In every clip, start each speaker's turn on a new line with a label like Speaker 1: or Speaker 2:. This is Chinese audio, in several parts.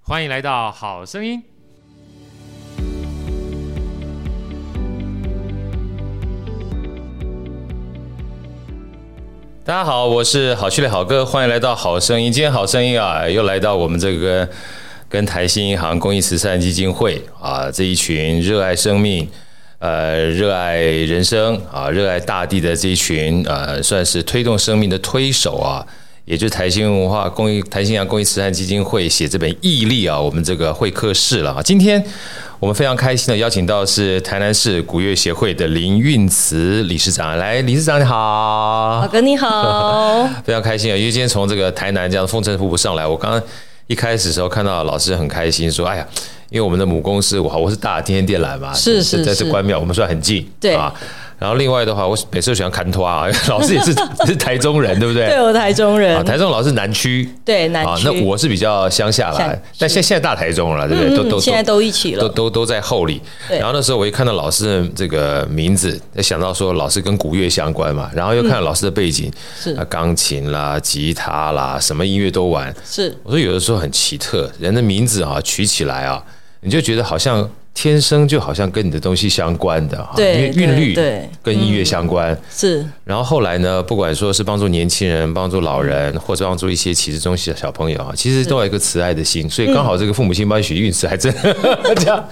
Speaker 1: 欢迎来到《好声音》。
Speaker 2: 大家好，我是好趣的好哥，欢迎来到《好声音》。今天《好声音》啊，又来到我们这个跟台新银行公益慈善基金会啊这一群热爱生命、呃热爱人生啊、热爱大地的这一群呃，算是推动生命的推手啊，也就是台新文化公益、台新银行公益慈善基金会写这本《毅力》啊，我们这个会客室了啊。今天我们非常开心的邀请到是台南市古乐协会的林运慈理事长，来，理事长你好，
Speaker 3: 老哦哥你 好，
Speaker 2: 非常开心啊，因为今天从这个台南这样风尘仆仆上来，我刚刚一开始的时候看到老师很开心，说：“哎呀，因为我们的母公司，我我是大天电缆嘛，
Speaker 3: 是是
Speaker 2: 在这
Speaker 3: 是
Speaker 2: 关庙，我们算很近，
Speaker 3: 对
Speaker 2: 啊。然后另外的话，我每次都喜欢看拖啊， 老师也是是台中人，对不对？
Speaker 3: 对，我台中人
Speaker 2: 啊，，台中老师南区。
Speaker 3: 对南
Speaker 2: 啊，
Speaker 3: 区，
Speaker 2: 那我是比较乡下
Speaker 3: 乡
Speaker 2: 来
Speaker 3: 区，
Speaker 2: 但现现在大台中了，对不对？都
Speaker 3: 嗯
Speaker 2: 都
Speaker 3: 现在都一起
Speaker 2: 都
Speaker 3: 了，
Speaker 2: 都都在后里。
Speaker 3: 对
Speaker 2: 然后那时候我一看到老师的这个名字，想到说老师跟古乐相关嘛，然后又看到老师的背景，
Speaker 3: 嗯是
Speaker 2: 啊钢琴啦、吉他啦，什么音乐都玩。
Speaker 3: 是
Speaker 2: 我说有的时候很奇特，人的名字啊取起来啊，你就觉得好像天生就好像跟你的东西相关的哈、
Speaker 3: 对
Speaker 2: 因为韵律
Speaker 3: 对对
Speaker 2: 跟音乐相关。
Speaker 3: 是
Speaker 2: 然后后来呢，不管说是帮助年轻人、帮助老人，
Speaker 3: 嗯
Speaker 2: 或者帮助一些启智中心的小朋友啊，其实都有一个慈爱的
Speaker 3: 嗯
Speaker 2: 心，所以刚好这个父母亲班许运慈还真 恰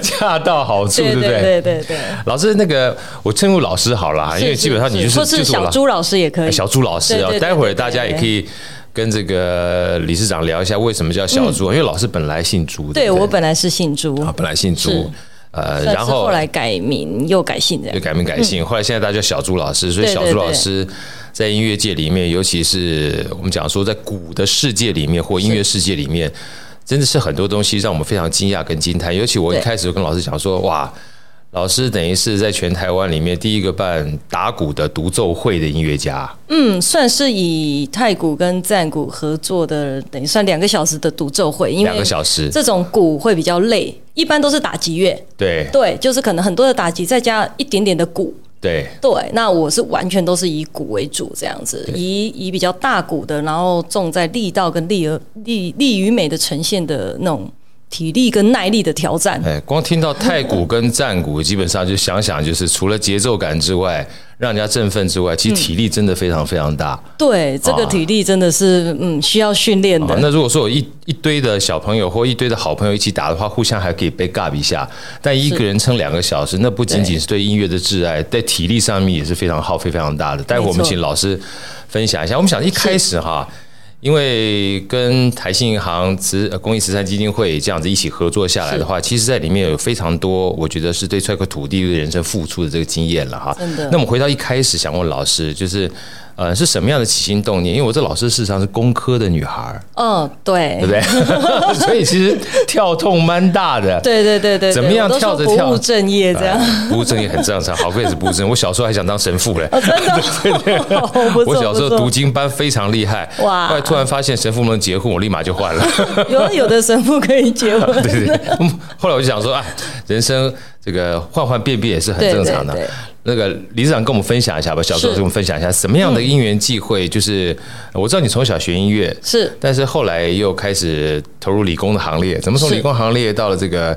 Speaker 2: 恰到好处，
Speaker 3: 对
Speaker 2: 不
Speaker 3: 对对对对，
Speaker 2: 老师，那个我称呼老师好了啊，因为基本上你就是
Speaker 3: 或
Speaker 2: 就是是我
Speaker 3: 小
Speaker 2: 老
Speaker 3: 朱老师也可以，
Speaker 2: 小朱老师啊
Speaker 3: 对对，对
Speaker 2: 待会儿大家也可以跟这个理事长聊一下为什么叫小啊朱，因为老师本来姓朱，
Speaker 3: 嗯对
Speaker 2: 不
Speaker 3: 我本来是姓朱，
Speaker 2: 啊本来姓朱
Speaker 3: 是，
Speaker 2: 呃，
Speaker 3: 但
Speaker 2: 然
Speaker 3: 是
Speaker 2: 后
Speaker 3: 后来改名又改姓这
Speaker 2: 就
Speaker 3: 样，
Speaker 2: 改名改姓，后来现在大家叫小朱老师，所以
Speaker 3: 嗯对
Speaker 2: 小
Speaker 3: 对
Speaker 2: 朱老
Speaker 3: 对
Speaker 2: 师在音乐界里面，尤其是我们讲说在鼓的世界里面或音乐世界里面，真的是很多东西让我们非常惊讶跟惊叹。尤其我一
Speaker 3: 对
Speaker 2: 开始就跟老师讲说，哇，老师等于是在全台湾里面第一个办打鼓的独奏会的音乐家，
Speaker 3: 嗯，算是以太鼓跟战鼓合作的，等于算两个小时的独奏会，因
Speaker 2: 两
Speaker 3: 为
Speaker 2: 个小时，
Speaker 3: 这种鼓会比较累，一般都是打击乐，
Speaker 2: 对
Speaker 3: 对，就是可能很多的打击再加一点点的鼓，
Speaker 2: 对
Speaker 3: 对，那我是完全都是以鼓为主这样子，以以比较大鼓的，然后重在力道跟力而力力与美的呈现的那种体力跟耐力的挑战。
Speaker 2: 哎，光听到太鼓跟战鼓，基本上就想想就是除了节奏感之外，让人家振奋之外，
Speaker 3: 嗯
Speaker 2: 其实体力真的非常非常大。
Speaker 3: 对，这个体力真的是嗯需要训练
Speaker 2: 啊
Speaker 3: 的，。
Speaker 2: 那如果说有一一堆的小朋友或一堆的好朋友一起打的话，互相还可以被尬一下。但一个人撑两个小时，那不仅仅是对音乐的挚爱，在体力上面也是非常耗费非常大的。待会我们
Speaker 3: 没错
Speaker 2: 请老师分享一下。我们想一开始哈，因为跟台信银行慈呃公益慈善基金会这样子一起合作下来的话，其实在里面有非常多，我觉得是对这块土地、对人生付出的这个经验了哈。
Speaker 3: 真的
Speaker 2: 那我们回到一开始，想问老师，就是呃是什么样的起心动念？因为我这老师事实上是工科的女孩儿。
Speaker 3: 嗯，对
Speaker 2: 对不，对？所以其实跳痛蛮大的。
Speaker 3: 对对对对，
Speaker 2: 怎么样
Speaker 3: 对我
Speaker 2: 跳
Speaker 3: 都
Speaker 2: 着
Speaker 3: 说
Speaker 2: 跳
Speaker 3: 不务正业这样？
Speaker 2: 哎不务正业很正常，好哥也是不务正业。我小时候还想当神父嘞，
Speaker 3: 哦不
Speaker 2: 我
Speaker 3: 错
Speaker 2: 小时候
Speaker 3: 不错
Speaker 2: 读经班非常厉害，
Speaker 3: 哇
Speaker 2: 后来突然发现神父不能结婚，我立马就换了。
Speaker 3: 有有的神父可以结婚，
Speaker 2: 对对 对，嗯后来我就想说，哎，人生这个换换变变也是很正常的
Speaker 3: 对对对。
Speaker 2: 那个理事长跟我们分享一下吧，小时候
Speaker 3: 是
Speaker 2: 跟我们分享一下什么样的因缘际会，就是呃我知道你从小学音乐，
Speaker 3: 是
Speaker 2: 但是后来又开始投入理工的行列，怎么从
Speaker 3: 是
Speaker 2: 理工行列到了这个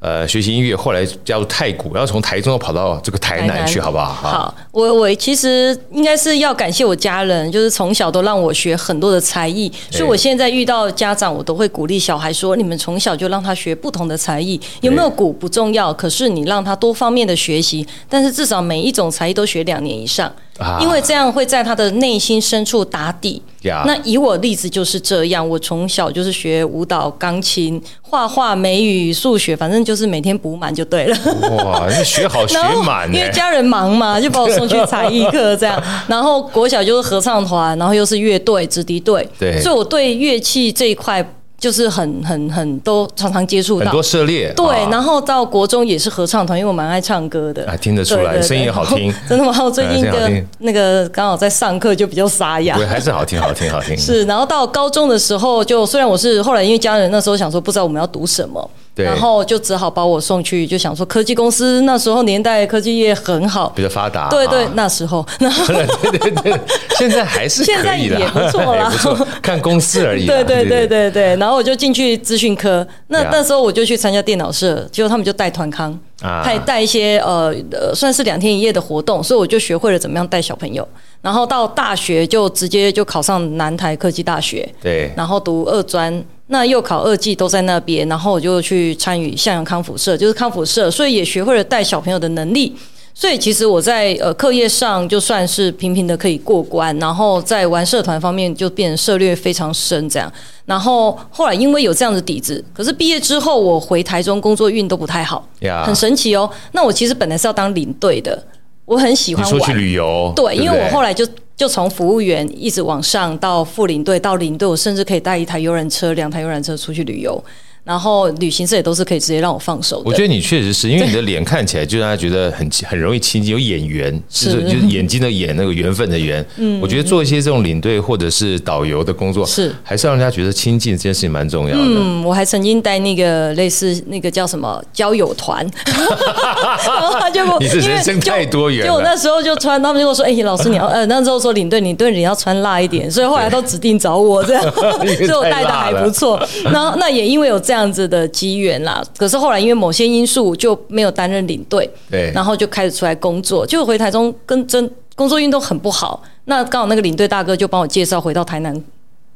Speaker 2: 呃学习音乐，后来加入太鼓，然后从台中又跑到这个台南去，好不好？
Speaker 3: 好，我我其实应该是要感谢我家人，就是从小都让我学很多的才艺，所以我现在遇到家长，我都会鼓励小孩说：你们从小就让他学不同的才艺，有没有鼓不重要，可是你让他多方面的学习，但是至少每一种才艺都学两年以上，
Speaker 2: 啊
Speaker 3: 因为这样会在他的内心深处打底。
Speaker 2: 呀
Speaker 3: 那以我例子就是这样，我从小就是学舞蹈、钢琴、画画、美语、数学，反正就是每天补满就对了。
Speaker 2: 哇，你学好学
Speaker 3: 然后
Speaker 2: 满欸呢
Speaker 3: 因为。家人忙嘛，就把我 送去才艺课这样。然后国小就是合唱团，然后又是乐队、直笛队，
Speaker 2: 对
Speaker 3: 所以我对乐器这一块就是很很很都常常接触
Speaker 2: 很
Speaker 3: 到
Speaker 2: 多。涉猎，
Speaker 3: 对，
Speaker 2: 啊
Speaker 3: 然后到国中也是合唱团，因为我蛮爱唱歌的，
Speaker 2: 啊听得出来
Speaker 3: 对对对
Speaker 2: 声音也好听
Speaker 3: 真的吗？我最近
Speaker 2: 哎声音好
Speaker 3: 的
Speaker 2: 听
Speaker 3: 那个刚好在上课就比较沙哑
Speaker 2: 对，，还是好听，好听，好 听。
Speaker 3: 是，然后到高中的时候就，虽然我是后来因为家人那时候想说不知道我们要读什么，
Speaker 2: 对
Speaker 3: 然后就只好把我送去，就想说科技公司那时候年代科技业很好，
Speaker 2: 比较发达，
Speaker 3: 对对
Speaker 2: 啊，
Speaker 3: 那时候， 然后
Speaker 2: 对对对，现在还是
Speaker 3: 现
Speaker 2: 可
Speaker 3: 在
Speaker 2: 以的，哎
Speaker 3: 也不 错啦
Speaker 2: 也不错，看公司而已啦。
Speaker 3: 对对对
Speaker 2: 啊对
Speaker 3: 对对，然后我就进去资讯科，那
Speaker 2: Yeah
Speaker 3: 那时候我就去参加电脑社，结果他们就带团康，
Speaker 2: 啊
Speaker 3: 还带一些呃呃算是两天一夜的活动，所以我就学会了怎么样带小朋友，然后到大学就直接就考上南台科技大学，
Speaker 2: 对
Speaker 3: 然后读二专，那又考二技都在那边，然后我就去参与向阳康复社，就是康复社，所以也学会了带小朋友的能力。所以其实我在呃课业上就算是平平的可以过关，然后在玩社团方面就变得涉略非常深这样。然后后来因为有这样的底子，可是毕业之后我回台中工作运都不太好
Speaker 2: 呀
Speaker 3: 很神奇哦。那我其实本来是要当领队的，我很喜
Speaker 2: 你
Speaker 3: 欢
Speaker 2: 说去
Speaker 3: 玩。
Speaker 2: 旅游，
Speaker 3: 对，因为我后
Speaker 2: 来
Speaker 3: 来就就从服务员一直往上到副领队，到领队，我甚至可以带一台游览车、两台游览车出去旅游，然后旅行社也都是可以直接让我放手
Speaker 2: 我
Speaker 3: 的
Speaker 2: 觉。得你确实是因为你的脸看起来就让他觉得很很容易亲近，有眼缘，就是
Speaker 3: 是
Speaker 2: 就是眼睛的眼，那个缘分的缘。嗯，我觉得做一些这种领队或者是导游的工作，
Speaker 3: 是
Speaker 2: 还是要让人家觉得亲近这件事情蛮重要的。
Speaker 3: 嗯，我还曾经带那个类似那个叫什么交友 团，然后他就跟我
Speaker 2: 你是人生
Speaker 3: 因为就
Speaker 2: 太多元了
Speaker 3: 就我那时候就穿，他们就跟我 说：“哎、老师你要呃，那时候说领队领队你要穿辣一点。”所以后来都指定找我这样，
Speaker 2: 因为
Speaker 3: 所以我带的还不错。 然后那也因为有这样子的机缘啦，可是后来因为某些因素就没有担任领队，
Speaker 2: 对
Speaker 3: 然后就开始出来工作，就回台中跟真工作运动很不好。那刚好那个领队大哥就帮我介绍回到台南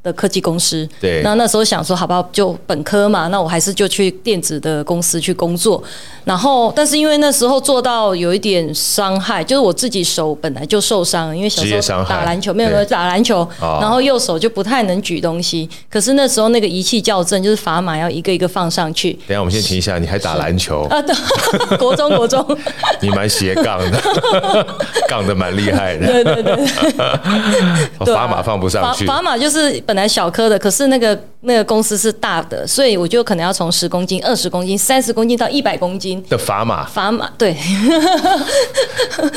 Speaker 3: 的科技公司，
Speaker 2: 对
Speaker 3: 那那时候想说，好吧，就本科嘛，那我还是就去电子的公司去工作。然后，但是因为那时候做到有一点伤害，就是我自己手本来就受伤，因为小
Speaker 2: 职业
Speaker 3: 时
Speaker 2: 伤
Speaker 3: 候
Speaker 2: 害
Speaker 3: 打篮球没有
Speaker 2: 对
Speaker 3: 没有打篮球，
Speaker 2: 哦
Speaker 3: 然后右手就不太能举东西。可是那时候那个仪器校正就是砝码要一个一个放上去。
Speaker 2: 等一下我们先停一下，你还打篮球，
Speaker 3: 啊，对， 国中国中，
Speaker 2: 你蛮斜杠的， 杠的蛮厉害的，
Speaker 3: 对对 对，
Speaker 2: 哦
Speaker 3: 对
Speaker 2: 砝
Speaker 3: 啊
Speaker 2: 码放不上去。
Speaker 3: 砝砝码就是本来小颗的，可是那个那个公司是大的，所以我就可能要从十公斤、二十公斤、三十公斤到一百公斤。
Speaker 2: 的砝码，
Speaker 3: 砝码对，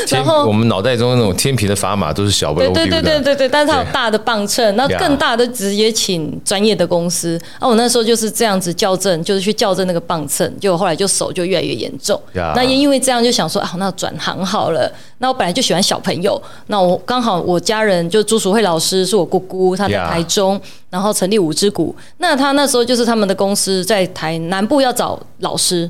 Speaker 2: 天
Speaker 3: 然后
Speaker 2: 我们脑袋中那种天平的砝码都是小不
Speaker 3: 对
Speaker 2: 溜
Speaker 3: 对
Speaker 2: 丢
Speaker 3: 对对
Speaker 2: 的，
Speaker 3: 对对，但是它有大的磅秤，那
Speaker 2: 呀
Speaker 3: 更大的直接请专业的公司。啊，我那时候就是这样子校正，就是去校正那个磅秤，结果后来就手就越来越严重。
Speaker 2: 呀
Speaker 3: 那也因为这样就想说啊，那转行好了。那我本来就喜欢小朋友，那我刚好我家人就朱淑慧老师是我姑姑，她在
Speaker 2: 呀
Speaker 3: 台中然后成立五之谷。那她那时候就是他们的公司在台南部要找老师，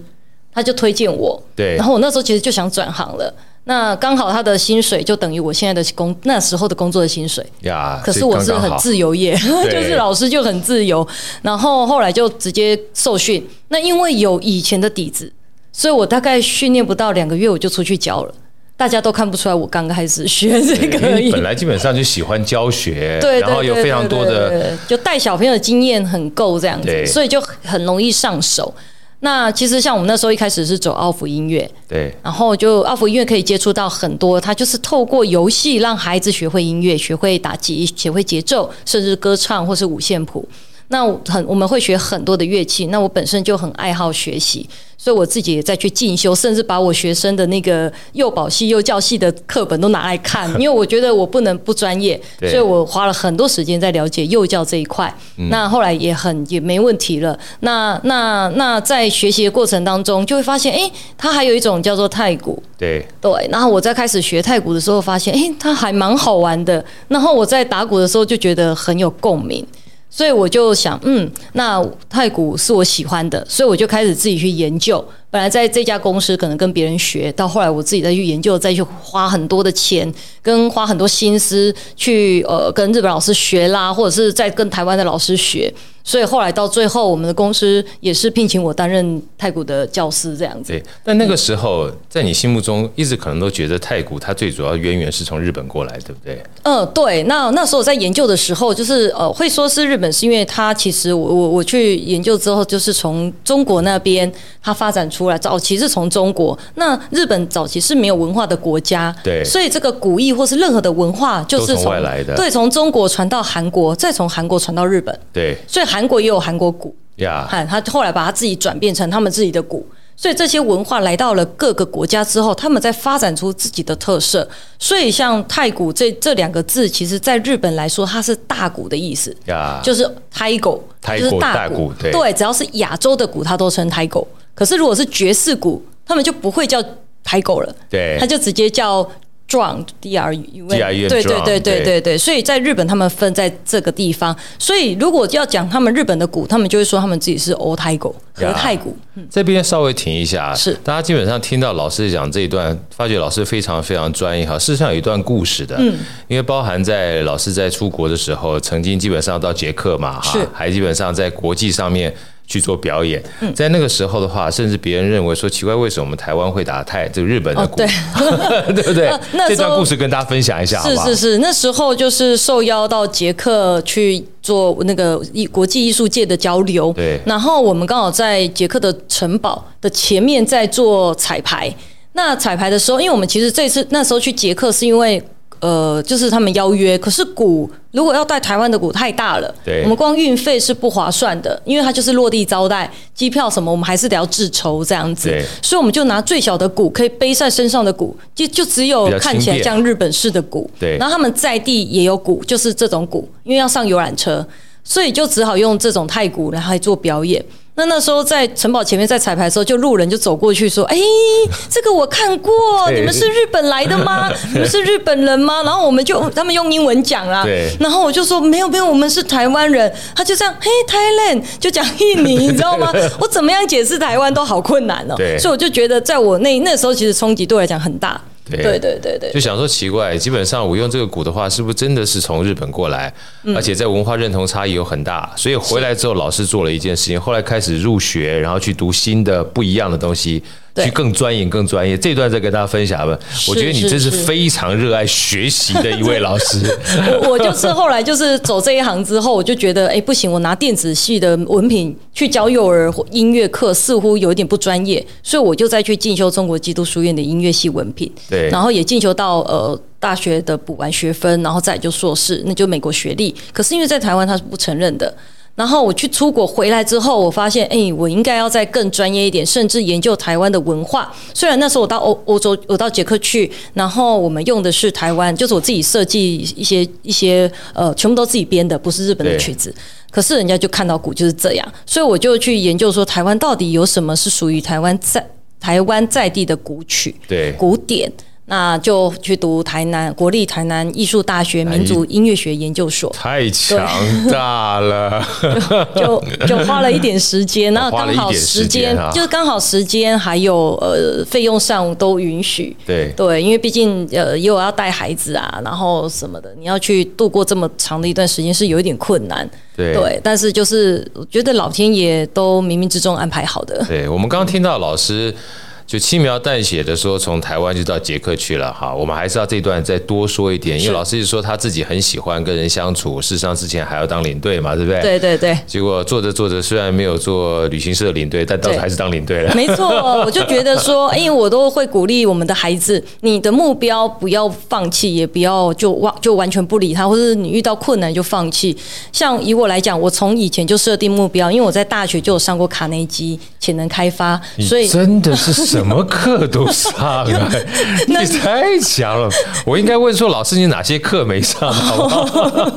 Speaker 3: 她就推荐我。
Speaker 2: 对
Speaker 3: 然后我那时候其实就想转行了。那刚好他的薪水就等于我现在的工那时候的工作的薪水，
Speaker 2: 呀，
Speaker 3: 可是
Speaker 2: 这
Speaker 3: 我
Speaker 2: 刚
Speaker 3: 是
Speaker 2: 刚
Speaker 3: 很
Speaker 2: 好
Speaker 3: 自由业，
Speaker 2: 对
Speaker 3: 就是老师就很自由，然后后来就直接受训。那因为有以前的底子，所以我大概训练不到两个月我就出去教了，大家都看不出来我刚开始学这
Speaker 2: 对因
Speaker 3: 个而
Speaker 2: 为你
Speaker 3: 已。
Speaker 2: 本来基本上就喜欢教学，
Speaker 3: 对，
Speaker 2: 然后
Speaker 3: 对
Speaker 2: 有
Speaker 3: 对
Speaker 2: 非常
Speaker 3: 对
Speaker 2: 多
Speaker 3: 对
Speaker 2: 的
Speaker 3: 对对就带小朋友的经验很够这样
Speaker 2: 对
Speaker 3: 子，所以就很容易上手。那其实像我们那时候一开始是走奥福音乐，
Speaker 2: 对
Speaker 3: 然后就奥福音乐可以接触到很多，他就是透过游戏让孩子学会音乐，学会打击，学会节奏，甚至歌唱或是五线谱。那我很我们会学很多的乐器，那我本身就很爱好学习，所以我自己也在去进修，甚至把我学生的那个幼保系、幼教系的课本都拿 来看，因为我觉得我不能不专业，
Speaker 2: 对
Speaker 3: 所以我花了很多时间在了解幼教这一块。那后来也很也没问题了。那那那在学习的过程当中，就会发现，诶，它还有一种叫做太鼓。
Speaker 2: 对
Speaker 3: 对，然后我在开始学太鼓的时候，发现诶，它还蛮好玩的。然后我在打鼓的时候就觉得很有共鸣，所以我就想，嗯，那太鼓是我喜欢的，所以我就开始自己去研究。本来在这家公司可能跟别人学，到后来我自己再去研究，再去花很多的钱跟花很多心思去呃跟日本老师学啦，或者是在跟台湾的老师学。所以后来到最后，我们的公司也是聘请我担任太鼓的教师这样子。
Speaker 2: 对。但那个时候，在你心目中一直可能都觉得太古它最主要渊源是从日本过来，对不对？
Speaker 3: 嗯，对，那那时候我在研究的时候，就是呃，会说是日本，是因为它其实我我我去研究之后，就是从中国那边它发展出来，早期是从中国，那日本早期是没有文化的国家，
Speaker 2: 对
Speaker 3: 所以这个古意或是任何的文化，就
Speaker 2: 都
Speaker 3: 是
Speaker 2: 从外来的
Speaker 3: 对，从中国传到韩国，再从韩国传到日本，
Speaker 2: 对
Speaker 3: 所以韩国也有韩国鼓，
Speaker 2: 呀，
Speaker 3: 哎看他后来把他自己转变成他们自己的鼓，所以这些文化来到了各个国家之后，他们在发展出自己的特色。所以像太鼓这这两个字，其实在日本来说，它是大鼓的意思，
Speaker 2: 呀，
Speaker 3: 就是太鼓，
Speaker 2: 太
Speaker 3: 就是
Speaker 2: 鼓大
Speaker 3: 啊大
Speaker 2: 鼓对
Speaker 3: 对，只要是亚洲的鼓，它都称太鼓。可是如果是爵士鼓，他们就不会叫太鼓了，
Speaker 2: 对
Speaker 3: 他，就直接叫 drum d r u n
Speaker 2: DRUM
Speaker 3: 对对
Speaker 2: drum，
Speaker 3: 对对
Speaker 2: 对
Speaker 3: 对对，所以在日本他们分在这个地方，所以如果要讲他们日本的鼓，他们就会说他们自己是欧太鼓、和太鼓，
Speaker 2: 这边稍微停一下，
Speaker 3: 嗯
Speaker 2: 啊
Speaker 3: 是
Speaker 2: 大家基本上听到老师讲这一段，发觉老师非常非常专业哈。事实上有一段故事的，嗯，因为包含在老师在出国的时候，曾经基本上到捷克嘛，哈
Speaker 3: 是，
Speaker 2: 还基本上在国际上面去做表演。
Speaker 3: 嗯
Speaker 2: 在那个时候的话，甚至别人认为说奇怪，为什么我们台湾会打泰这个日本的
Speaker 3: 哦
Speaker 2: 鼓，
Speaker 3: 对
Speaker 2: 对不对
Speaker 3: 呃？ 那
Speaker 2: 这
Speaker 3: 时候
Speaker 2: 段故事跟大家分享一下，好
Speaker 3: 是
Speaker 2: 不好？
Speaker 3: 是是，那时候就是受邀到捷克去做那个艺国际艺术界的交流，
Speaker 2: 对
Speaker 3: 然后我们刚好在捷克的城堡的前面在做彩排。那彩排的时候，因为我们其实这次那时候去捷克是因为。呃，就是他们邀约，可是鼓如果要带台湾的鼓太大了，
Speaker 2: 对
Speaker 3: 我们光运费是不划算的，因为它就是落地招待，机票什么我们还是得要自筹这样子
Speaker 2: 对，
Speaker 3: 所以我们就拿最小的鼓，可以背在身上的鼓，就就只有
Speaker 2: 比较
Speaker 3: 看起
Speaker 2: 轻
Speaker 3: 来
Speaker 2: 便
Speaker 3: 像日本式的鼓，
Speaker 2: 对
Speaker 3: 然后他们在地也有鼓，就是这种鼓，因为要上游览车，所以就只好用这种太鼓，然后来做表演。那那时候在城堡前面在彩排的时候，就路人就走过去说：“哎、这个我看过，
Speaker 2: 对
Speaker 3: 你们是日本来的 吗？你们是日本人吗？”然后我们就他们用英文讲啦
Speaker 2: 对，
Speaker 3: 然后我就说：“没有没有，我们是台湾人。”他就这样：“嘿，Thailand，就讲 印尼，你知道吗？我怎么样解释台湾都好困难哦、
Speaker 2: 对
Speaker 3: 所以我就觉得，在我那那时候其实冲击对我来讲很大。
Speaker 2: 对
Speaker 3: 对对对对。
Speaker 2: 就想说奇怪，基本上我用这个鼓的话，是不是真的是从日本过来？
Speaker 3: 嗯
Speaker 2: 而且在文化认同差异有很大，所以回来之后，老师做了一件事情，后来开始入学，然后去读新的不一样的东西，
Speaker 3: 对
Speaker 2: 去更钻研、更专业。这段再跟大家分享吧。我觉得你
Speaker 3: 是
Speaker 2: 真是
Speaker 3: 是
Speaker 2: 非常热爱学习的一位老师。
Speaker 3: 我我就是后来就是走这一行之后，我就觉得，哎、不行，我拿电子系的文凭去教幼儿或音乐课，似乎有一点不专业，所以我就再去进修中国基督书院的音乐系文凭，
Speaker 2: 对
Speaker 3: 然后也进修到呃大学的补完学分，然后再就硕士，那就美国学历。可是因为在台湾他是不承认的。然后我去出国回来之后，我发现，哎、我应该要再更专业一点，甚至研究台湾的文化。虽然那时候我到欧欧洲，我到捷克去，然后我们用的是台湾，就是我自己设计一些一些呃，全部都自己编的，不是日本的
Speaker 2: 对
Speaker 3: 曲子。可是人家就看到鼓就是这样，所以我就去研究说，台湾到底有什么是属于台湾在台湾在地的古曲。
Speaker 2: 对，，
Speaker 3: 古典，那就去读台南国立台南艺术大学民族音乐学研究所
Speaker 2: 太强大了。
Speaker 3: 就就花了一点时间，然后
Speaker 2: 哦花了
Speaker 3: 刚
Speaker 2: 一
Speaker 3: 好
Speaker 2: 点时
Speaker 3: 时
Speaker 2: 间
Speaker 3: 间
Speaker 2: 啊
Speaker 3: 就是刚好时间还有呃费用上都允许。
Speaker 2: 对，
Speaker 3: 对，因为毕竟呃，又要带孩子啊，然后什么的，你要去度过这么长的一段时间是有一点困难。
Speaker 2: 对
Speaker 3: 对，但是就是我觉得老天爷都冥冥之中安排好的。
Speaker 2: 对，我们刚刚听到老师就轻描淡写的说，从台湾就到捷克去了哈。我们还是要这段再多说一点，因为
Speaker 3: 是
Speaker 2: 老师是说他自己很喜欢跟人相处，事实上之前还要当领队嘛，对不对？。
Speaker 3: 对对对。
Speaker 2: 结果做着做着，虽然没有做旅行社领队，但到时候
Speaker 3: 对
Speaker 2: 还是当领队 了。
Speaker 3: 没错，我就觉得说，因为我都会鼓励我们的孩子，你的目标不要放弃，也不要就忘就完全不理他，或者是你遇到困难就放弃。像以我来讲，我从以前就设定目标，因为我在大学就有上过卡内基潜能开发，所以
Speaker 2: 你真的是什么课都 上啊！你太强了！我应该问说，老师你哪些课没上？好不 好？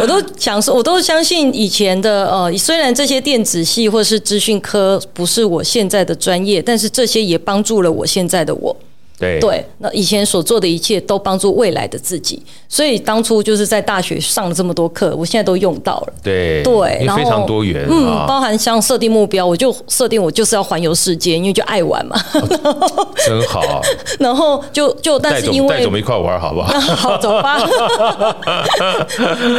Speaker 3: 我都想说，我都相信以前的呃，虽然这些电子系或是资讯科不是我现在的专业，但是这些也帮助了我现在的我。
Speaker 2: 对
Speaker 3: 对，那以前所做的一切都帮助未来的自己，所以当初就是在大学上了这么多课，我现在都用到了。
Speaker 2: 对
Speaker 3: 对
Speaker 2: 因为
Speaker 3: 然后
Speaker 2: 非常多元
Speaker 3: 嗯，
Speaker 2: 啊，
Speaker 3: 包含像设定目标，我就设定我就是要环游世界，因为就爱玩嘛。
Speaker 2: 真好。
Speaker 3: 然后就就 但
Speaker 2: 带
Speaker 3: 是
Speaker 2: 总
Speaker 3: 因
Speaker 2: 带
Speaker 3: 为
Speaker 2: 总们一块玩好不好？
Speaker 3: 好，走吧。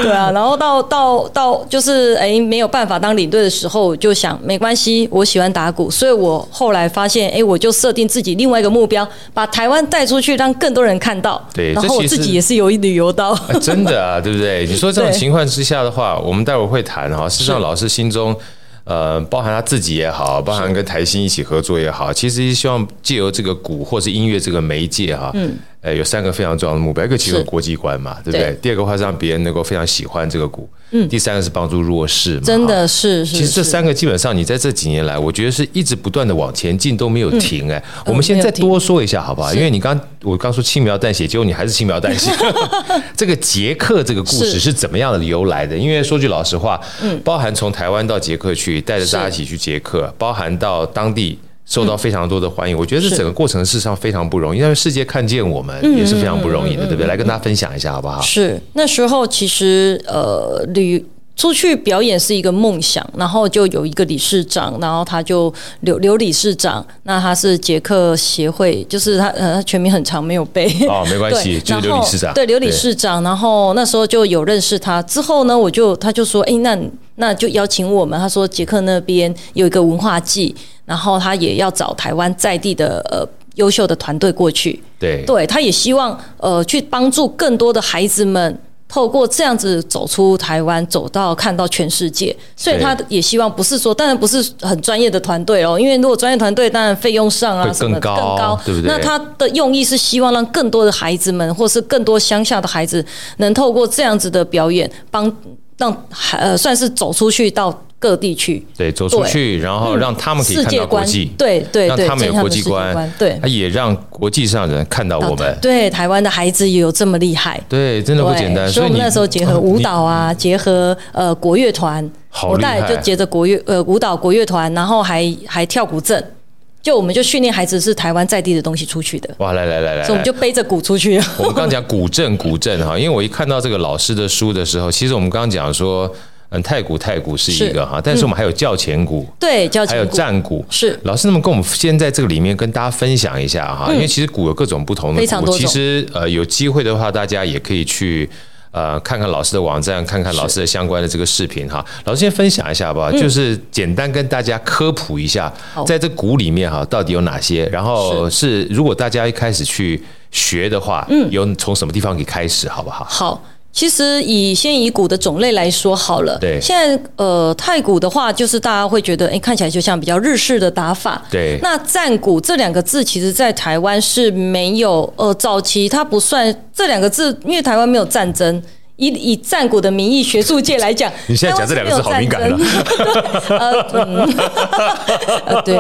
Speaker 3: 对啊，然后到到到，就是哎、没有办法当领队的时候，我就想没关系，我喜欢打鼓，所以我后来发现，哎、我就设定自己另外一个目标，把台湾带出去，让更多人看到。
Speaker 2: 对
Speaker 3: 然
Speaker 2: 这
Speaker 3: 后我
Speaker 2: 其实
Speaker 3: 自己也是有旅 游到。
Speaker 2: 啊真的啊，对不对？你说这种
Speaker 3: 对
Speaker 2: 情况之下的话，我们待会儿会谈哈、事实上，老师心中，呃，包含他自己也好，包含跟台新一起合作也好，其实希望借由这个鼓或是音乐这个媒介哈、嗯，呃，有三个非常重要的目标，一个其实
Speaker 3: 是
Speaker 2: 国际观嘛，对不对？
Speaker 3: 对
Speaker 2: 第二个话是让别人能够非常喜欢这个股，嗯，第三个是帮助弱势嘛，
Speaker 3: 真
Speaker 2: 哈
Speaker 3: 的是是。
Speaker 2: 其实这
Speaker 3: 是
Speaker 2: 三个基本上，你在这几年来，我觉得是一直不断的往前进，都没有停哎、我们
Speaker 3: 嗯
Speaker 2: 现
Speaker 3: 没
Speaker 2: 在
Speaker 3: 有停
Speaker 2: 多说一下好不好？因为你刚我刚说轻描淡写，结果你还是轻描淡 写。这个捷克这个故事
Speaker 3: 是
Speaker 2: 是怎么样的由来的？因为说句老实话，
Speaker 3: 嗯
Speaker 2: 包含从台湾到捷克去，带着大家一起去捷克，包含到当地。受到非常多的欢
Speaker 3: 嗯
Speaker 2: 迎，我觉得这整个过程事实上非常不容易，让世界看见我们
Speaker 3: 嗯
Speaker 2: 也是非常不容易的，对不对？来跟大家分享一下好不好？
Speaker 3: 是那时候其实呃旅。出去表演是一个梦想，然后就有一个理事长，然后他就刘刘理事长，那他是捷克协会，就是他呃他全名很长没有 背，
Speaker 2: 哦，没关系，
Speaker 3: 对，
Speaker 2: 就是
Speaker 3: 然
Speaker 2: 刘理
Speaker 3: 后
Speaker 2: 事长，
Speaker 3: 对刘理事长，然后那时候就有认识他，之后呢，我就他就说，哎，那那就邀请我们，他说捷克那边有一个文化季，然后他也要找台湾在地的呃优秀的团队过去，
Speaker 2: 对
Speaker 3: 对，他也希望呃去帮助更多的孩子们。透过这样子走出台湾，走到看到全世界，所以
Speaker 2: 对
Speaker 3: 他也希望不是说，当然不是很专业的团队哦，因为如果专业团队，当然费用上
Speaker 2: 会
Speaker 3: 啊什么
Speaker 2: 更
Speaker 3: 的
Speaker 2: 高
Speaker 3: 更高，
Speaker 2: 对不对
Speaker 3: 那他的用意是希望让更多的孩子们，或是更多乡下的孩子，能透过这样子的表演，帮让孩呃算是走出去到各地去，
Speaker 2: 对，走出
Speaker 3: 对嗯
Speaker 2: 去，然后让他们可以
Speaker 3: 世
Speaker 2: 看
Speaker 3: 界
Speaker 2: 到国
Speaker 3: 观
Speaker 2: 际，，
Speaker 3: 对对
Speaker 2: 让
Speaker 3: 对，
Speaker 2: 他们有
Speaker 3: 建立
Speaker 2: 国
Speaker 3: 的
Speaker 2: 际
Speaker 3: 世界
Speaker 2: 观，
Speaker 3: 对。
Speaker 2: 也让国际上的人看到我们。
Speaker 3: 对台湾的孩子也有这么厉害，
Speaker 2: 对，真的不
Speaker 3: 对，
Speaker 2: 简单。
Speaker 3: 所以我们
Speaker 2: 你
Speaker 3: 那时候结合舞蹈，啊，结合呃国乐团，
Speaker 2: 好
Speaker 3: 我
Speaker 2: 厉
Speaker 3: 带
Speaker 2: 害
Speaker 3: 就结着国乐呃舞蹈国乐团，然后还还跳古筝，就我们就训练孩子是台湾在地的东西出去的，
Speaker 2: 你哇，来来来来，
Speaker 3: 所以我们就
Speaker 2: 来
Speaker 3: 背着鼓出去了。
Speaker 2: 我们刚讲古镇古镇哈，因为我一看到这个老师的书的时候，其实我们刚讲说，嗯，太古太古是一个哈，但是我们还有教前古，
Speaker 3: 对，叫
Speaker 2: 还有
Speaker 3: 前鼓
Speaker 2: 战鼓。
Speaker 3: 是
Speaker 2: 老师，那么跟我们先在这个里面跟大家分享一下哈，因为其实鼓有各种不同的鼓，
Speaker 3: 嗯非常多种
Speaker 2: 其实呃有机会的话，大家也可以去呃看看老师的网站，看看老师的相关的这个视频哈。老师先分享一下吧，就是简单跟大家科普一下，
Speaker 3: 嗯好
Speaker 2: 在这鼓里面哈到底有哪些，然后是如果大家一开始去学的话，嗯，有从什么地方可以开始，好不 好？
Speaker 3: 好。其实以先以鼓的种类来说好了，
Speaker 2: 对
Speaker 3: 现在呃太鼓的话，就是大家会觉得，哎，看起来就像比较日式的打法，
Speaker 2: 对
Speaker 3: 那战鼓这两个字，其实在台湾是没有，呃，早期它不算这两个字，因为台湾没有战争。以以战鼓的名义，学术界来讲，
Speaker 2: 你现在讲这两个字好敏 感啊了
Speaker 3: 台湾是没有战争 呃，嗯呃，对，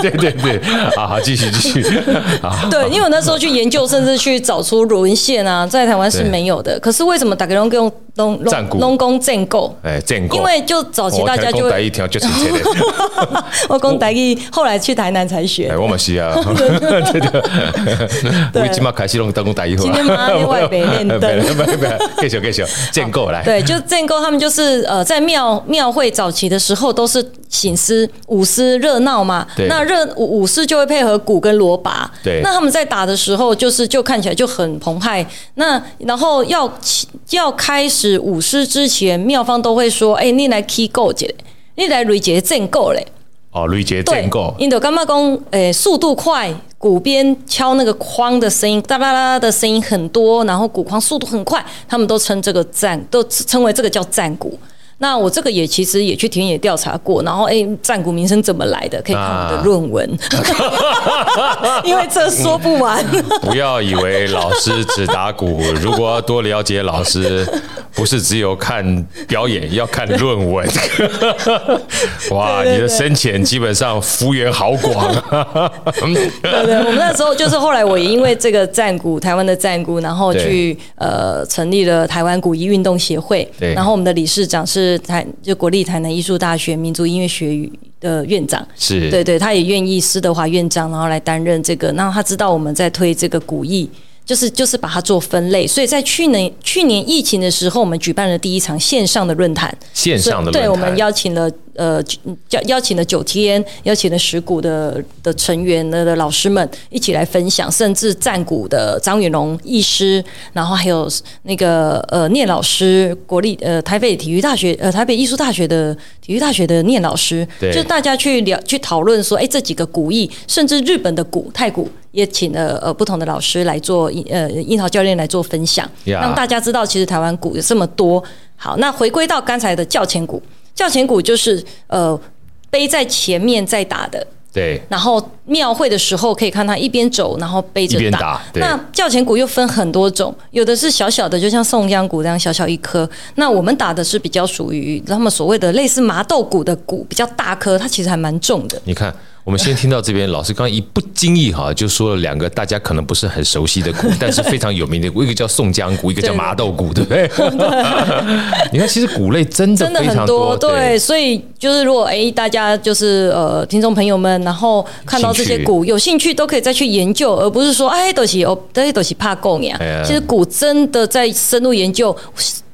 Speaker 2: 对对对，好好继续继续， 好
Speaker 3: 对，因为我那时候去研究，甚至去找出沦 陷啊，在台湾是没有的。可是为什么打给龙工龙
Speaker 2: 战鼓
Speaker 3: 龙龙工建构？
Speaker 2: 哎，建构，
Speaker 3: 因为就早期
Speaker 2: 我
Speaker 3: 大家
Speaker 2: 听
Speaker 3: 就
Speaker 2: 讲台
Speaker 3: 会，
Speaker 2: 语听就亲切的。
Speaker 3: 我公台语，后来去台南才学
Speaker 2: 哎，。我嘛是啊，对的，我即马开始拢当讲大一号啊。
Speaker 3: 今天嘛另外北练灯
Speaker 2: 北练北练继续继续，建构来。
Speaker 3: 对，就建构他们就是呃，在庙庙会早期的时候都是醒狮、舞狮热闹嘛
Speaker 2: 对。
Speaker 3: 那热舞舞狮就会配合鼓跟锣拔。
Speaker 2: 对
Speaker 3: 那他们在打的时候，就是就看起来就很澎湃。那然后要起要开始舞狮之前，庙方都会说：“哎、你来 key 够姐，你来蕊姐建构嘞。”
Speaker 2: 哦，吕杰
Speaker 3: 对
Speaker 2: 建构，
Speaker 3: 印度干妈公，诶、速度快，鼓边敲那个框的声音，哒啦啦的声音很多，然后鼓框速度很快，他们都称这个战，都称为这个叫战鼓。那我这个也其实也去田野调查过，然后诶、战鼓名声怎么来的？可以看我
Speaker 2: 啊
Speaker 3: 的 论文，因为这说不完。
Speaker 2: 不要以为老师只打鼓，如果要多了解老师，不是只有看表演，要看论文。哇，
Speaker 3: 对
Speaker 2: 你的深浅基本上幅员好广啊。
Speaker 3: 对对，我们那时候就是后来我也因为这个战鼓，台湾的战鼓，然后去呃成立了台湾古艺运动协会。
Speaker 2: 对
Speaker 3: 然后我们的理事长是台就国立台南艺术大学民族音乐学的院长。
Speaker 2: 是，
Speaker 3: 对对，他也愿意施德华院长，然后来担任这个。那他知道我们在推这个古艺，就是就是把它做分类。所以在去年去年疫情的时候，我们举办了第一场线上的论坛。
Speaker 2: 线
Speaker 3: 所以
Speaker 2: 上的
Speaker 3: 对，我
Speaker 2: 论
Speaker 3: 们
Speaker 2: 坛。
Speaker 3: 邀请了呃，邀邀请了九天，邀请了石鼓的的成员的的老师们一起来分享，甚至战鼓的张远龙医师，然后还有那个呃聂老师，国立呃台北体育大学呃台北艺术大学的体育大学的聂老师
Speaker 2: 对，
Speaker 3: 就大家去聊去讨论说，哎，这几个古艺，甚至日本的鼓太鼓。也请了呃不同的老师来做呃樱桃教练来做分享
Speaker 2: Yeah
Speaker 3: 让大家知道其实台湾鼓有这么多。好，那回归到刚才的教前鼓，教前鼓就是呃背在前面在打的，
Speaker 2: 对，
Speaker 3: 然后庙会的时候可以看他一边走，然后背着
Speaker 2: 一边打对
Speaker 3: 那教前鼓又分很多种，有的是小小的，就像宋江鼓那样小小一颗。那我们打的是比较属于他们所谓的类似麻豆鼓的鼓，比较大颗，它其实还蛮重的。
Speaker 2: 你看，我们先听到这边，老师刚刚一不经意哈，就说了两个大家可能不是很熟悉的鼓，但是非常有名的鼓，一个叫宋江鼓，一个叫麻豆 鼓，对不对？你看，其实鼓类真的
Speaker 3: 真的
Speaker 2: 非
Speaker 3: 很
Speaker 2: 常
Speaker 3: 多，
Speaker 2: 对
Speaker 3: 对，所以就是如果哎、大家就是呃，听众朋友们，然后看到这些股有兴趣，都可以再去研究，而不是说哎，都、是哦，这些都是怕供呀
Speaker 2: 哎呀。
Speaker 3: 其实股真的在深入研究。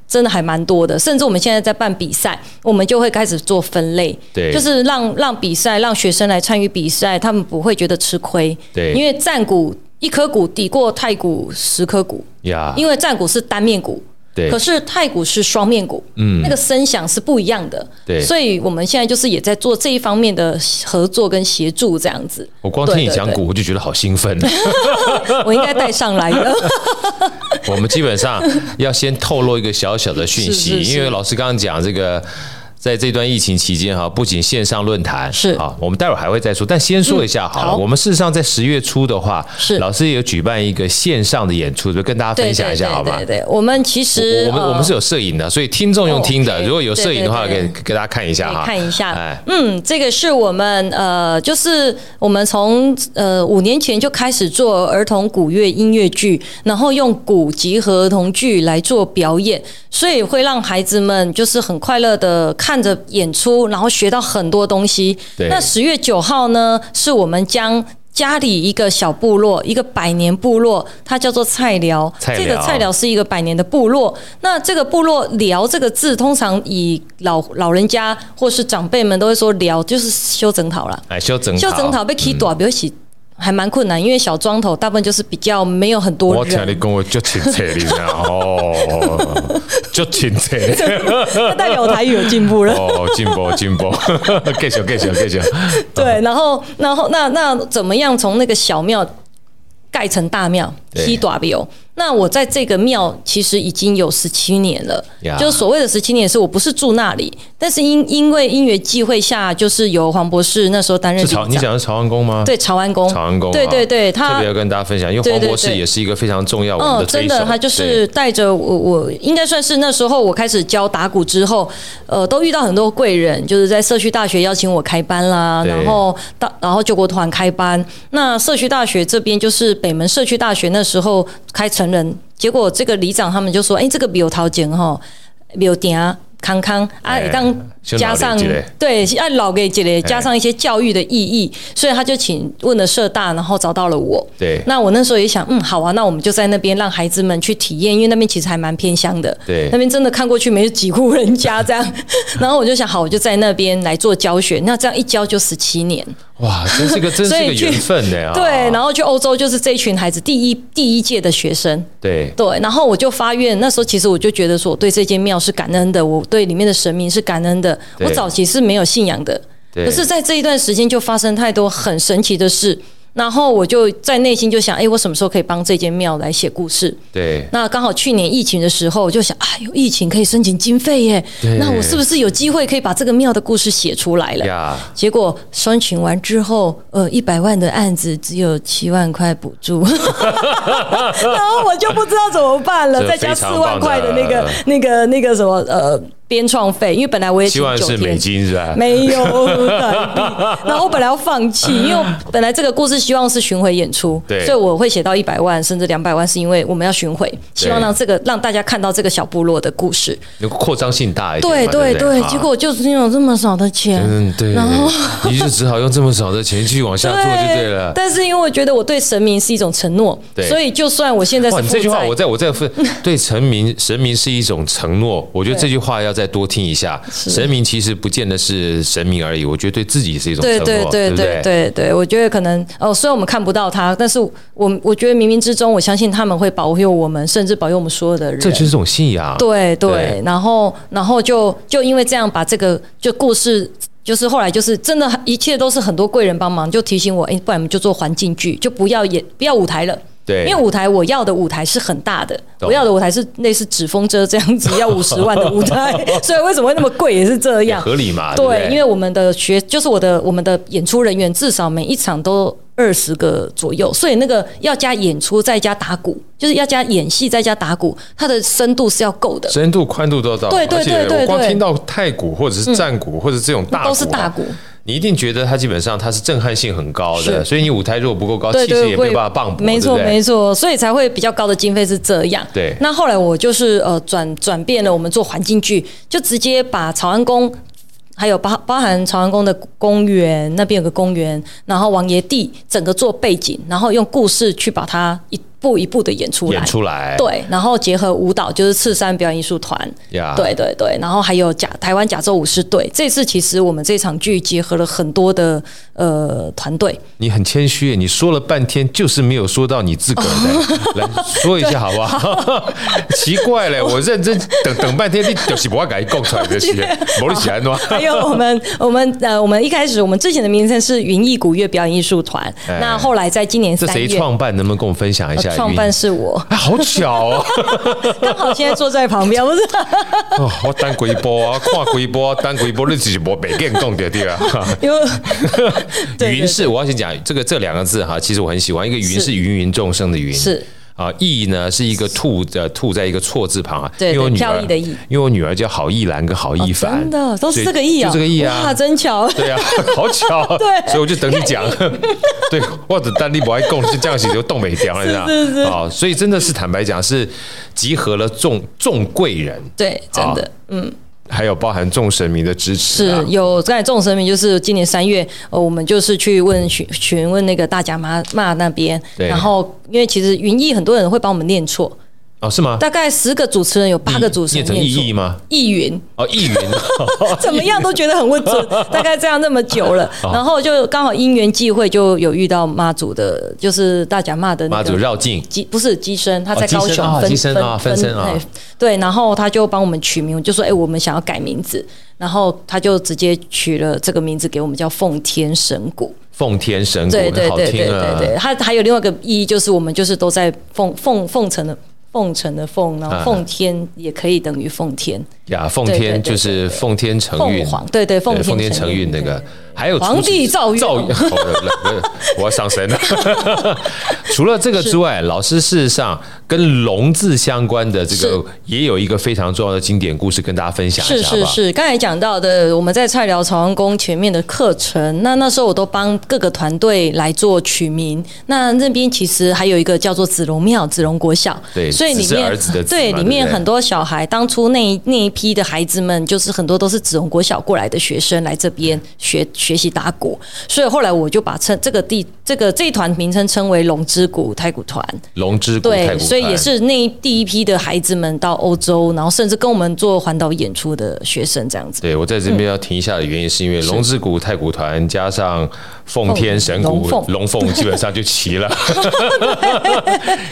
Speaker 3: 真的还蛮多的，甚至我们现在在办比赛，我们就会开始做分类，
Speaker 2: 对
Speaker 3: 就是让让比赛让学生来参与比赛，他们不会觉得吃亏，
Speaker 2: 对
Speaker 3: 因为战股一颗股抵过太股十颗股，
Speaker 2: 呀，
Speaker 3: 因为战鼓是单面鼓，
Speaker 2: 啊对
Speaker 3: 可是太鼓是双面鼓，嗯，那个声响是不一样的，
Speaker 2: 对
Speaker 3: 所以我们现在就是也在做这一方面的合作跟协助这样子。
Speaker 2: 我光听你
Speaker 3: 对对
Speaker 2: 讲鼓，我就觉得好兴奋。
Speaker 3: 对我应该带上来的，
Speaker 2: 我们基本上要先透露一个小小的讯息，
Speaker 3: 是是是
Speaker 2: 因为老师刚刚讲这个。在这段疫情期间哈，不仅线上论坛
Speaker 3: 是
Speaker 2: 啊，我们待会儿还会再说，但先说一下好了。
Speaker 3: 好
Speaker 2: 我们事实上在十月初的话，
Speaker 3: 是
Speaker 2: 老师也有举办一个线上的演出，就跟大家
Speaker 3: 对
Speaker 2: 分享一下好
Speaker 3: 对
Speaker 2: 吗
Speaker 3: 对？对，对我们其实
Speaker 2: 我我们
Speaker 3: 呃
Speaker 2: 我们是有摄影的，所以听众用听的，
Speaker 3: OK，
Speaker 2: 如果有摄影的话，
Speaker 3: 对
Speaker 2: 给
Speaker 3: 对对
Speaker 2: 给大家看一下
Speaker 3: 可
Speaker 2: 哈，
Speaker 3: 以看一下
Speaker 2: 哎，
Speaker 3: 嗯，这个是我们呃，就是我们从呃五年前就开始做儿童古乐音乐剧，然后用古集合儿童剧来做表演，所以会让孩子们就是很快乐的看着演出，然后学到很多东西。
Speaker 2: 对
Speaker 3: 那十月九号呢，是我们将。家里一个小部落，一个百年部落，它叫做菜寮。
Speaker 2: 菜寮
Speaker 3: 这个菜寮是一个百年的部落。那这个部落“寮”这个字，通常以老老人家或是长辈们都会说“寮”，就是修整讨啦。
Speaker 2: 哎，修整
Speaker 3: 修整讨被起
Speaker 2: 嗯
Speaker 3: 短，比如起还蛮困难，因为小庄头大部分就是比较没有很多
Speaker 2: 我听你
Speaker 3: 人，
Speaker 2: 跟我就亲切，你知道哦，就亲 切。
Speaker 3: 那代表我台语有进步了。
Speaker 2: 哦，进步进步， 继续继续继 续，
Speaker 3: 对，然后然后那那怎么样从那个小庙盖成大庙
Speaker 2: 对
Speaker 3: TW？那我在这个庙其实已经有十七年了
Speaker 2: 呀
Speaker 3: 就是所谓的十七年是我不是住那里，但是因因为因缘际会下，就是由黄博士那时候担
Speaker 2: 是
Speaker 3: 任里
Speaker 2: 朝
Speaker 3: 长，
Speaker 2: 你讲的是朝安宫吗？
Speaker 3: 对朝安宫，
Speaker 2: 朝安宫啊
Speaker 3: 对对对，
Speaker 2: 特
Speaker 3: 他
Speaker 2: 别要跟大家分享，因为
Speaker 3: 对
Speaker 2: 黄
Speaker 3: 对
Speaker 2: 博士
Speaker 3: 对
Speaker 2: 也是一个非常重要我们
Speaker 3: 嗯
Speaker 2: 的，推
Speaker 3: 真
Speaker 2: 手，
Speaker 3: 的，他就是带着我，我应该算是那时候我开始教打鼓之后，呃，都遇到很多贵人，就是在社区大学邀请我开班啦，
Speaker 2: 对
Speaker 3: 然后到然后救国团开班。那社区大学这边就是北门社区大学那时候开成人，结果这个里长他们就说：“哎、这个比有桃钱哈，比有点啊。”康康啊
Speaker 2: 哎，
Speaker 3: 当
Speaker 2: 先
Speaker 3: 加
Speaker 2: 老
Speaker 3: 上
Speaker 2: 了一哎个
Speaker 3: 对按老给姐姐加上一些教育的意义，所以他就请问了社大，然后找到了我。
Speaker 2: 对
Speaker 3: 那我那时候也想，嗯，好啊，那我们就在那边让孩子们去体验，因为那边其实还蛮偏乡的，
Speaker 2: 对
Speaker 3: 那边真的看过去没几户人家这 样。然后我就想，好，我就在那边来做教学，那这样一教就十七年，
Speaker 2: 对哇，真是个真是
Speaker 3: 所以
Speaker 2: 个
Speaker 3: 去
Speaker 2: 缘分呢啊！
Speaker 3: 对。然后去欧洲就是这一群孩子第一第一届的学生，
Speaker 2: 对
Speaker 3: 对，然后我就发愿，那时候其实我就觉得说，我对这间庙是感恩的，我对里面的神明是感恩的。
Speaker 2: 对
Speaker 3: 我早期是没有信仰的，
Speaker 2: 对
Speaker 3: 可是，在这一段时间就发生太多很神奇的事，然后我就在内心就想，哎，我什么时候可以帮这间庙来写故事？
Speaker 2: 对
Speaker 3: 那刚好去年疫情的时候，我就想，啊，有疫情可以申请经费耶
Speaker 2: 对，
Speaker 3: 那我是不是有机会可以把这个庙的故事写出来了？
Speaker 2: 呀，
Speaker 3: 结果申请完之后，呃，一百万的案子只有七万块补 助，然后我就不知道怎么办了，
Speaker 2: 这
Speaker 3: 再加
Speaker 2: 非
Speaker 3: 四
Speaker 2: 常
Speaker 3: 万块的那
Speaker 2: 棒
Speaker 3: 个
Speaker 2: 的、
Speaker 3: 那个、那个什么呃编创费，因为本来我也
Speaker 2: 希
Speaker 3: 请
Speaker 2: 望
Speaker 3: 九
Speaker 2: 是
Speaker 3: 天，
Speaker 2: 美金是吧？
Speaker 3: 没有台 币，然后我本来要放弃，因为我本来这个故事希望是巡回演出，
Speaker 2: 对
Speaker 3: 所以我会写到一百万甚至两百万，是因为我们要巡回，希望让这个让大家看到这个小部落的故事。
Speaker 2: 有扩张性大一点
Speaker 3: 对
Speaker 2: 嘛，对
Speaker 3: 对
Speaker 2: 不
Speaker 3: 对，
Speaker 2: 啊
Speaker 3: 结果就是因为有这么少的钱，
Speaker 2: 嗯对，
Speaker 3: 然后。
Speaker 2: 你就只好用这么少的钱去往下做就对了。
Speaker 3: 但是因为我觉得我对神明是一种承诺
Speaker 2: 对，
Speaker 3: 所以就算我现在是
Speaker 2: 哇，
Speaker 3: 负
Speaker 2: 你
Speaker 3: 债，
Speaker 2: 这句话我在我在 分对神明，神明是一种承诺，我觉得
Speaker 3: 对
Speaker 2: 这句话要再多听一下。神明其实不见得是神明而已，我觉得对自己是一种承
Speaker 3: 对
Speaker 2: 诺，
Speaker 3: 对对
Speaker 2: 不
Speaker 3: 对对对，我觉得可能哦，虽然我们看不到他，但是我我觉得冥冥之中，我相信他们会保佑我们，甚至保佑我们所有的人。
Speaker 2: 这就是种信仰。
Speaker 3: 对对，
Speaker 2: 对
Speaker 3: 然后然后就就因为这样把这个就故事。就是后来就是真的，一切都是很多贵人帮忙，就提醒我，哎、不然我们就做环境剧，就不要演，不要舞台了，
Speaker 4: 对
Speaker 3: 因为舞台我要的舞台是很大的，
Speaker 4: 懂
Speaker 3: 我要的舞台是类似纸风车这样子， 要五十万的舞台，所以为什么会那么贵也是这
Speaker 4: 也
Speaker 3: 样。
Speaker 4: 合理嘛？对不
Speaker 3: 对，
Speaker 4: 对，
Speaker 3: 因为我们的学就是我的我们的演出人员至少每一场都二十个左右，所以那个要加演出再加打鼓，就是要加演戏再加打鼓，它的深度是要够的，
Speaker 2: 深度宽度都到，
Speaker 3: 对对
Speaker 2: 而且
Speaker 3: 对对
Speaker 2: 我光
Speaker 3: 对
Speaker 2: 听到太鼓或者是战鼓或者这种大鼓啊，
Speaker 3: 都是大鼓。
Speaker 2: 你一定觉得它基本上它是震撼性很高的，
Speaker 3: 是
Speaker 2: 所以你舞台如果不够高，
Speaker 3: 对
Speaker 2: 气势
Speaker 3: 对，
Speaker 2: 也没
Speaker 3: 会
Speaker 2: 有办法磅礴，
Speaker 3: 没错
Speaker 2: 对不对
Speaker 3: 没错，所以才会比较高的经费是这样。
Speaker 2: 对
Speaker 3: 那后来我就是呃转转变了，我们做环境剧，就直接把朝安宫。还有包包含朝阳宫的公园，那边有个公园，然后王爷地整个做背景，然后用故事去把它一步一步的演出来
Speaker 2: 演。出来，
Speaker 3: 对，然后结合舞蹈，就是赤山表演艺术团，
Speaker 2: 呀，
Speaker 3: 对对对，然后还有甲台湾甲州舞狮队。这次其实我们这场剧结合了很多的呃团队，
Speaker 2: 你很谦虚，你说了半天就是没有说到你自个儿
Speaker 3: 哦
Speaker 2: 的，来说一下好不好？奇怪嘞，我认真等等半天，你就是不要给供出来这些， 没你喜欢吗？
Speaker 3: 还有我们，我们呃，我们一开始我们之前的名称是云艺古乐表演艺术团，
Speaker 2: 哎
Speaker 3: 那后来在今年
Speaker 2: 这
Speaker 3: 三
Speaker 2: 谁
Speaker 3: 月，
Speaker 2: 创办？能不能跟我分享一
Speaker 3: 呃
Speaker 2: 下？
Speaker 3: 创办 是我，
Speaker 2: 哎，好巧哦！
Speaker 3: 刚好现在坐在旁边，不是？
Speaker 2: 哦我单鬼波啊，跨鬼波，单鬼波，你自己波北电供的对啊。
Speaker 3: 因为对
Speaker 2: 云是我要先讲这个这两个字哈，其实我很喜欢，一个云
Speaker 3: 是
Speaker 2: 是芸芸众生的云，
Speaker 3: 是
Speaker 2: 啊，意呢是一个兔的兔在一个错字旁啊，
Speaker 3: 对
Speaker 2: 因为我
Speaker 3: 对
Speaker 2: 女
Speaker 3: 飘
Speaker 2: 儿
Speaker 3: 逸的逸
Speaker 2: 因为我女儿叫郝逸兰跟郝逸凡，
Speaker 3: 真的都
Speaker 2: 所
Speaker 3: 是
Speaker 2: 以
Speaker 3: 这个意啊，
Speaker 2: 就这个意
Speaker 3: 哇，
Speaker 2: 啊，
Speaker 3: 真巧。
Speaker 2: 对 啊，好巧，
Speaker 3: 对
Speaker 2: 所以我就等你讲， 对，或者丹立博爱供是这样写就动北调了，你知道吗？啊，所以真的是坦白讲，是集合了众众贵人，
Speaker 3: 对，真的
Speaker 2: 啊还有包含众神明的支持、啊
Speaker 3: 是，有刚才众神明，就是今年三月，呃，我们就是去问询询问那个大甲妈妈那边，
Speaker 2: 对
Speaker 3: 然后因为其实云艺很多人会帮我们念错，
Speaker 2: 哦，是吗？
Speaker 3: 大概十个主持人有八个主
Speaker 2: 嗯
Speaker 3: 持
Speaker 2: 念
Speaker 3: 人
Speaker 2: 成意
Speaker 3: 错
Speaker 2: 义吗？
Speaker 3: 艺云，
Speaker 2: 哦，意 云，
Speaker 3: 怎么样都觉得很温 存，大概这样那么久了，
Speaker 2: 哦
Speaker 3: 然后就刚好因缘际会，就有遇到妈祖的，就是大甲妈的那
Speaker 2: 妈
Speaker 3: 个
Speaker 2: 祖绕境，
Speaker 3: 机不是机身，他
Speaker 2: 哦
Speaker 3: 在
Speaker 2: 机身
Speaker 3: 高雄
Speaker 2: 啊
Speaker 3: 分
Speaker 2: 机身啊分身啊
Speaker 3: 哎对，然后他就帮我们取名，我就说哎、我们想要改名字，然后他就直接取了这个名字给我们叫奉天神谷，
Speaker 2: 奉天神
Speaker 3: 对
Speaker 2: 鼓，
Speaker 3: 对
Speaker 2: 哦好
Speaker 3: 对对
Speaker 2: 听
Speaker 3: 对
Speaker 2: 啊
Speaker 3: 对，，它还有另外一个意义就是我们就是都在奉奉奉承的奉承的奉，然
Speaker 2: 啊
Speaker 3: 后奉天也可以等于奉天，
Speaker 2: 呀，奉
Speaker 3: 对对
Speaker 2: 天
Speaker 3: 对
Speaker 2: 就是
Speaker 3: 对对
Speaker 2: 奉天承
Speaker 3: 凤
Speaker 2: 运，
Speaker 3: 凰对对奉
Speaker 2: 对
Speaker 3: 天
Speaker 2: 奉天承
Speaker 3: 承
Speaker 2: 运
Speaker 3: 运
Speaker 2: 那个，还有
Speaker 3: 皇
Speaker 2: 除此
Speaker 3: 帝诏 狱
Speaker 2: 诏狱，好了来来我要上身了。 除了这个之外，老师事实上跟龙字相关的这个也有一个非常重要的经典故事跟大家分享一
Speaker 3: 是
Speaker 2: 下，好
Speaker 3: 是
Speaker 2: 不好？
Speaker 3: 是，刚才讲到的，我们在菜寮朝阳宫前面的课程，那那时候我都帮各个团队来做取名。那那边其实还有一个叫做子龙庙、子龙国小，
Speaker 2: 对
Speaker 3: 所以
Speaker 2: 子
Speaker 3: 里
Speaker 2: 是
Speaker 3: 面
Speaker 2: 儿子的子
Speaker 3: 对
Speaker 2: 嘛
Speaker 3: 里
Speaker 2: 对不
Speaker 3: 面
Speaker 2: 对
Speaker 3: 很多小孩，当初那一那一批的孩子们，就是很多都是子龙国小过来的学生来这边学学习打鼓，所以后来我就把称这个地这个这一团名称称为龙之谷太鼓团。
Speaker 2: 龙之谷，太
Speaker 3: 对，
Speaker 2: 古
Speaker 3: 所以也
Speaker 2: 川
Speaker 3: 是那一第一批的孩子们到欧洲，然后甚至跟我们做环岛演出的学生这样子。
Speaker 2: 对，我在这边要停一下的原因，是因为龙之谷太古团加上奉天神谷
Speaker 3: 龙凤
Speaker 2: 龙凤， 基本上就齐了。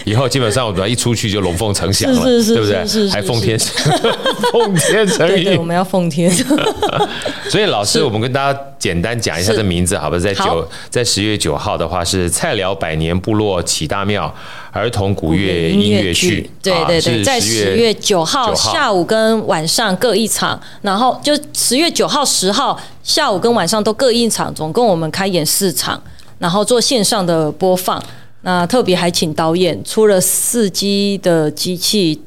Speaker 2: 以后基本上我们要一出去就龙凤呈祥了，
Speaker 3: 是是是
Speaker 2: 对不对？
Speaker 3: 是是是
Speaker 2: 还奉天神 奉天
Speaker 3: 对
Speaker 2: 神
Speaker 3: 对，
Speaker 2: 韵
Speaker 3: 我。们要奉天。
Speaker 2: 所以老师，我们跟大家简单讲一下
Speaker 3: 是
Speaker 2: 这名字，好吧？在
Speaker 3: 好
Speaker 2: 九在十月九号的话是菜寮百年部落启大庙儿童古 乐音乐剧，
Speaker 3: 对
Speaker 2: 啊
Speaker 3: 对对，
Speaker 2: 是
Speaker 3: 在
Speaker 2: 10
Speaker 3: 十月九号
Speaker 2: 9号
Speaker 3: 下午跟晚上各一场，然后就十月九号、十号下午跟晚上都各一场，总共我们开演四场，然后做线上的播放。那特别还请导演出了四机的机器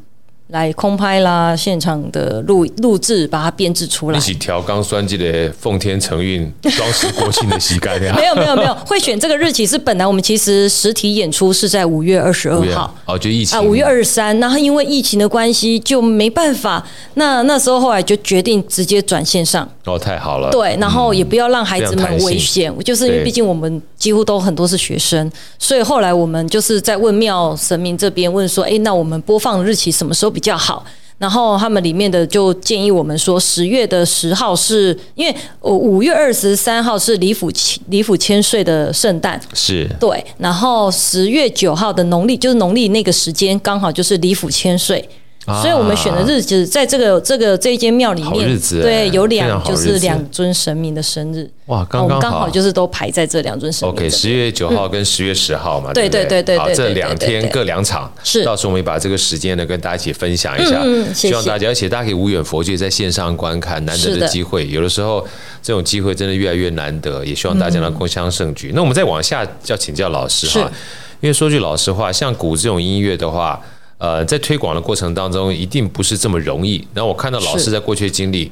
Speaker 3: 来空拍啦，现场的录录制把它编制出来
Speaker 2: 一。起调刚酸记的奉天承运装饰国庆的膝盖呀
Speaker 3: 没有没有 没有，会选这个日期是本来我们其实实体演出是在五月二十二
Speaker 2: 五月
Speaker 3: 号。
Speaker 2: 哦，就疫情
Speaker 3: 啊，五月二十三，然后因为疫情的关系就没办法，那那时候后来就决定直接转线上，
Speaker 2: 哦，太好了，
Speaker 3: 对，然后也不要让孩
Speaker 2: 这
Speaker 3: 子
Speaker 2: 样弹
Speaker 3: 们
Speaker 2: 性
Speaker 3: 危险，就是因为
Speaker 2: 对
Speaker 3: 毕竟我们几乎都很多是学生，所以后来我们就是在问庙神明这边问说，诶，哎那我们播放日期什么时候比较好？然后他们里面的就建议我们说，十月的十号是因为我五月二十三号是李府千李府千岁的圣诞，
Speaker 2: 是
Speaker 3: 对，然后十月九号的农历就是农历那个时间，刚好就是李府千岁。
Speaker 1: 啊
Speaker 3: 所以我们选的日子，在这个这个这一间庙里
Speaker 1: 好
Speaker 3: 面，
Speaker 1: 日子哎
Speaker 3: 对，有
Speaker 1: 非常
Speaker 3: 两
Speaker 1: 好日
Speaker 3: 就
Speaker 1: 子
Speaker 3: 是两尊神明的生日，
Speaker 1: 哇刚刚好
Speaker 3: 我们刚好就是都排在这两尊神明的
Speaker 2: OK，十月九号跟十月十号嘛，
Speaker 3: 对
Speaker 2: 对不
Speaker 3: 对对对
Speaker 2: 好，
Speaker 3: 对对
Speaker 2: 这
Speaker 3: 对
Speaker 2: 两
Speaker 3: 对
Speaker 2: 天
Speaker 3: 对
Speaker 2: 各两场，
Speaker 3: 是
Speaker 2: 到时候我们也把这个时间呢跟大家一起分享一下，
Speaker 3: 嗯嗯谢
Speaker 2: 希望
Speaker 3: 谢
Speaker 2: 大家，而且大家可以无远佛界在线上观看，难得
Speaker 3: 是
Speaker 2: 的
Speaker 3: 的
Speaker 2: 机会，有的时候这种机会真的越来越难得，也希望大家能共襄盛举。那我们再往下要请教老师哈
Speaker 3: 嗯是，
Speaker 2: 因为说句老实话，像鼓这种音乐的话。呃，在推广的过程当中，一定不是这么容易。然后我看到老师
Speaker 3: 是
Speaker 2: 在过去的经历，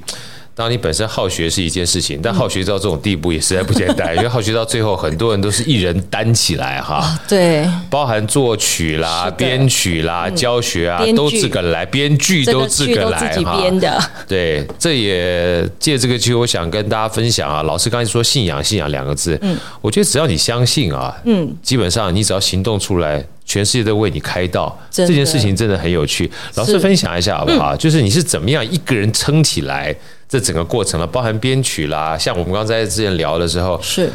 Speaker 2: 当你本身好学是一件事情，但好学到这种地步也实在不简 单，因为好学到最后，很多人都是一人担起来哈，
Speaker 3: 对，
Speaker 2: 包含作曲啦、
Speaker 3: 哦是的嗯
Speaker 2: 编曲啦、教学啊，
Speaker 3: 编剧
Speaker 2: 都自个来，编剧
Speaker 3: 这
Speaker 2: 都
Speaker 3: 个
Speaker 2: 自
Speaker 3: 剧
Speaker 2: 个
Speaker 3: 都
Speaker 2: 来
Speaker 3: 自己
Speaker 2: 哈。
Speaker 3: 编的，
Speaker 2: 对，这也借这个机会，我想跟大家分享啊。老师刚才说信仰，信仰两个字，嗯，我觉得只要你相信啊，嗯，基本上你只要行动出来，全世界都为你开道。
Speaker 3: 真
Speaker 2: 这
Speaker 3: 的
Speaker 2: 件事情真的很有趣，老师分享一下好不好？就是你是怎么样一个人撑起来这整个过程啊了，包含编曲啦，像我们刚才之前聊的时候，
Speaker 3: 是
Speaker 1: 嗯